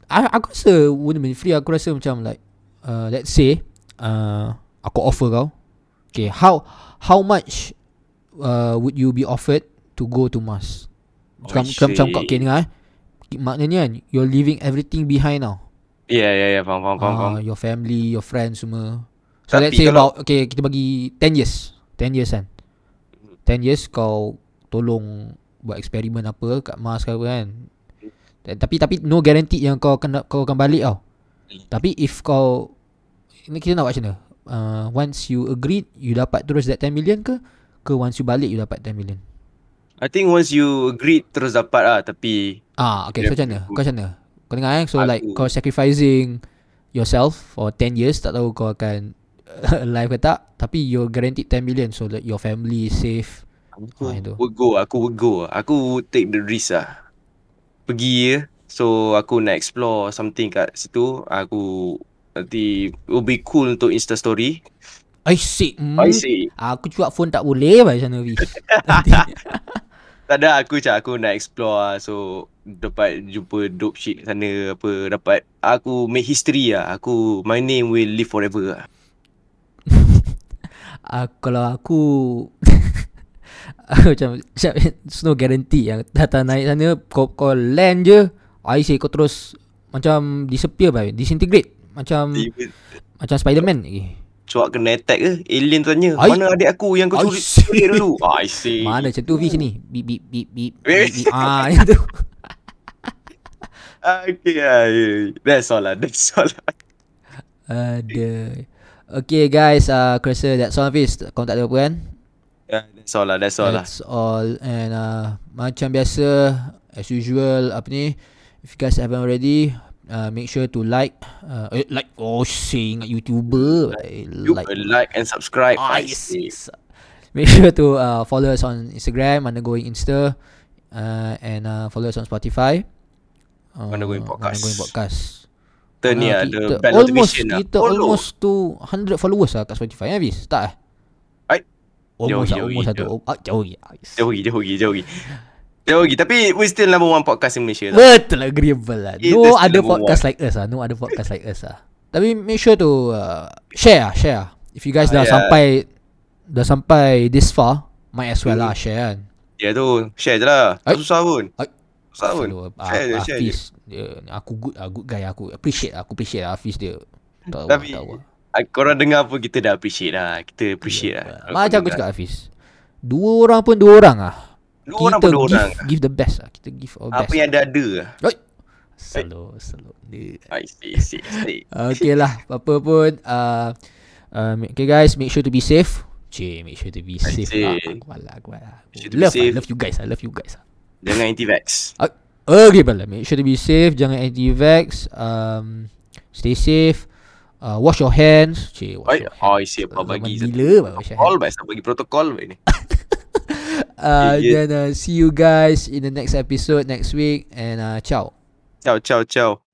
Speaker 1: I, aku rasa wouldn't be free. Aku rasa macam like uh, let's say uh, aku offer kau. Okay, how how much uh, would you be offered to go to Mars? Macam
Speaker 2: Oh,
Speaker 1: macam, macam kau
Speaker 2: shit.
Speaker 1: okay dengar eh. Maknanya kan you're leaving everything behind now.
Speaker 2: Ya, ya, ya, faham, faham, faham.
Speaker 1: Ah,
Speaker 2: faham.
Speaker 1: your family, your friends semua. So
Speaker 2: Tapi
Speaker 1: let's say
Speaker 2: kalau-
Speaker 1: about okay kita bagi 10 years. 10 years kan. 10 years kau tolong buat eksperimen apa kat Mars ke apa kan. Ta- Tapi tapi no guarantee yang kau akan kau akan balik tau.
Speaker 2: Hmm.
Speaker 1: Tapi if kau ini kita nak buat macam mana? Uh, once you agreed you dapat terus that 10 million ke ke once you balik you dapat 10 million?
Speaker 2: I think once you agreed terus dapat lah tapi
Speaker 1: Ah, okay. So
Speaker 2: Yeah,
Speaker 1: macam mana?
Speaker 2: aku-
Speaker 1: Kau macam mana? Kau dengar eh? So like
Speaker 2: Aku-
Speaker 1: kau sacrificing yourself for 10 years. Tak tahu kau akan (laughs) alive ke tak. Tapi you're guaranteed 10 million. So that your family is safe.
Speaker 2: Aku
Speaker 1: Ah, itu.
Speaker 2: would go, aku would go. Aku would take the risk lah. Pergi ya. So aku nak explore something kat situ. Aku nanti will be cool untuk Insta story.
Speaker 1: I sick. Mm.
Speaker 2: I see.
Speaker 1: Aku cuak phone tak boleh lah sana Fiz. Nanti.
Speaker 2: Tak ada aku cak aku nak explore lah. So dapat jumpa dope shit sana apa dapat aku make history lah. Aku my name will live forever lah.
Speaker 1: Ah, kalau aku... (laughs) aku macam... macam, It's no guarantee yang datang naik sana. Kau, kau land je. I say kau terus macam disappear by disintegrate macam
Speaker 2: Tiba-
Speaker 1: macam Spiderman lagi.
Speaker 2: Cuak kena attack ke? Alien tanya,
Speaker 1: Ai-
Speaker 2: mana adik aku yang kau
Speaker 1: Ai
Speaker 2: curi,
Speaker 1: see.
Speaker 2: curi dulu? I see.
Speaker 1: Mana macam tu Fish ni Bip bip bip bip
Speaker 2: Eh.
Speaker 1: bip, bip. Ah (laughs) yang tu
Speaker 2: Okay, ah, yeah. that's all lah. That's (laughs) all lah.
Speaker 1: Ada Okay guys uh, Aku rasa that's all Fish Kau tak ada apa kan
Speaker 2: Yeah, that's all lah. That's all lah.
Speaker 1: That's all And uh, Macam biasa As usual Apa ni If you guys haven't already uh, Make sure to like uh, eh, Like Oh sing YouTuber Eh,
Speaker 2: You like, like and subscribe. eh, I
Speaker 1: Ice.
Speaker 2: see.
Speaker 1: Make sure to uh, follow us on Instagram, undergoing Insta, uh, and uh, follow us on Spotify. Uh,
Speaker 2: Undergoing Podcast.
Speaker 1: Undergoing podcast.
Speaker 2: Kita ni
Speaker 1: Ah,
Speaker 2: ada
Speaker 1: kita
Speaker 2: bell
Speaker 1: almost,
Speaker 2: notification lah.
Speaker 1: Kita
Speaker 2: Follow.
Speaker 1: almost to 100 followers lah kat Spotify. Ya, Hafiz? Tak eh?
Speaker 2: Ai.
Speaker 1: Almost lah,
Speaker 2: Jauh,
Speaker 1: almost
Speaker 2: jauh,
Speaker 1: satu.
Speaker 2: jauh.
Speaker 1: Ah, jauh. ya, guys.
Speaker 2: Jauh lah. pergi, jauh pergi, jauh pergi. Jauh pergi. Tapi we still number one podcast in Malaysia lah.
Speaker 1: Betul lah, agreeable lah.
Speaker 2: It
Speaker 1: No
Speaker 2: is
Speaker 1: other
Speaker 2: number
Speaker 1: podcast like us lah. No other podcast like us lah. Tapi make sure to uh, share lah, share lah. If you guys
Speaker 2: Ah,
Speaker 1: dah
Speaker 2: yeah.
Speaker 1: sampai dah sampai this far, might as well
Speaker 2: Hmm.
Speaker 1: lah share kan.
Speaker 2: Ya tu, share je lah.
Speaker 1: Ai.
Speaker 2: Tak susah pun.
Speaker 1: Ai.
Speaker 2: Susah pun.
Speaker 1: Follow, ah,
Speaker 2: Share je,
Speaker 1: ah,
Speaker 2: share je.
Speaker 1: Hafiz dia, Aku good ah, good guy Aku appreciate lah, Aku appreciate lah, Hafiz dia Tak tahu
Speaker 2: Tapi,
Speaker 1: tak tahu
Speaker 2: Ah, Korang dengar pun kita dah appreciate lah. Kita appreciate
Speaker 1: Ah,
Speaker 2: lah.
Speaker 1: Macam aku cakap Hafiz Dua orang pun dua orang ah.
Speaker 2: Dua orang pun
Speaker 1: give,
Speaker 2: dua orang.
Speaker 1: Give the best lah Kita give our
Speaker 2: Apa
Speaker 1: best
Speaker 2: yang ada ada lah.
Speaker 1: Selalu Selalu dia
Speaker 2: I see, see, see.
Speaker 1: Okay lah Apa pun uh, uh, Okay guys Make sure to be safe Cik make sure to be safe lah
Speaker 2: safe.
Speaker 1: Aku malah Aku malah
Speaker 2: sure to be
Speaker 1: Love I
Speaker 2: safe.
Speaker 1: love you guys I love you guys
Speaker 2: Jangan anti-vax.
Speaker 1: Uh, okay pala. Make sure to be safe. Jangan anti-vax. Um, stay safe. Uh, wash your hands. Cik, wash
Speaker 2: Oi,
Speaker 1: your
Speaker 2: oi,
Speaker 1: hands.
Speaker 2: siapa
Speaker 1: Zaman
Speaker 2: bagi
Speaker 1: Gila bang, wash your
Speaker 2: All
Speaker 1: hands.
Speaker 2: baik siapa bagi protokol baik ni.
Speaker 1: Uh,
Speaker 2: Yeah.
Speaker 1: then uh, see you guys in the next episode next week. And uh, ciao.
Speaker 2: Ciao ciao ciao.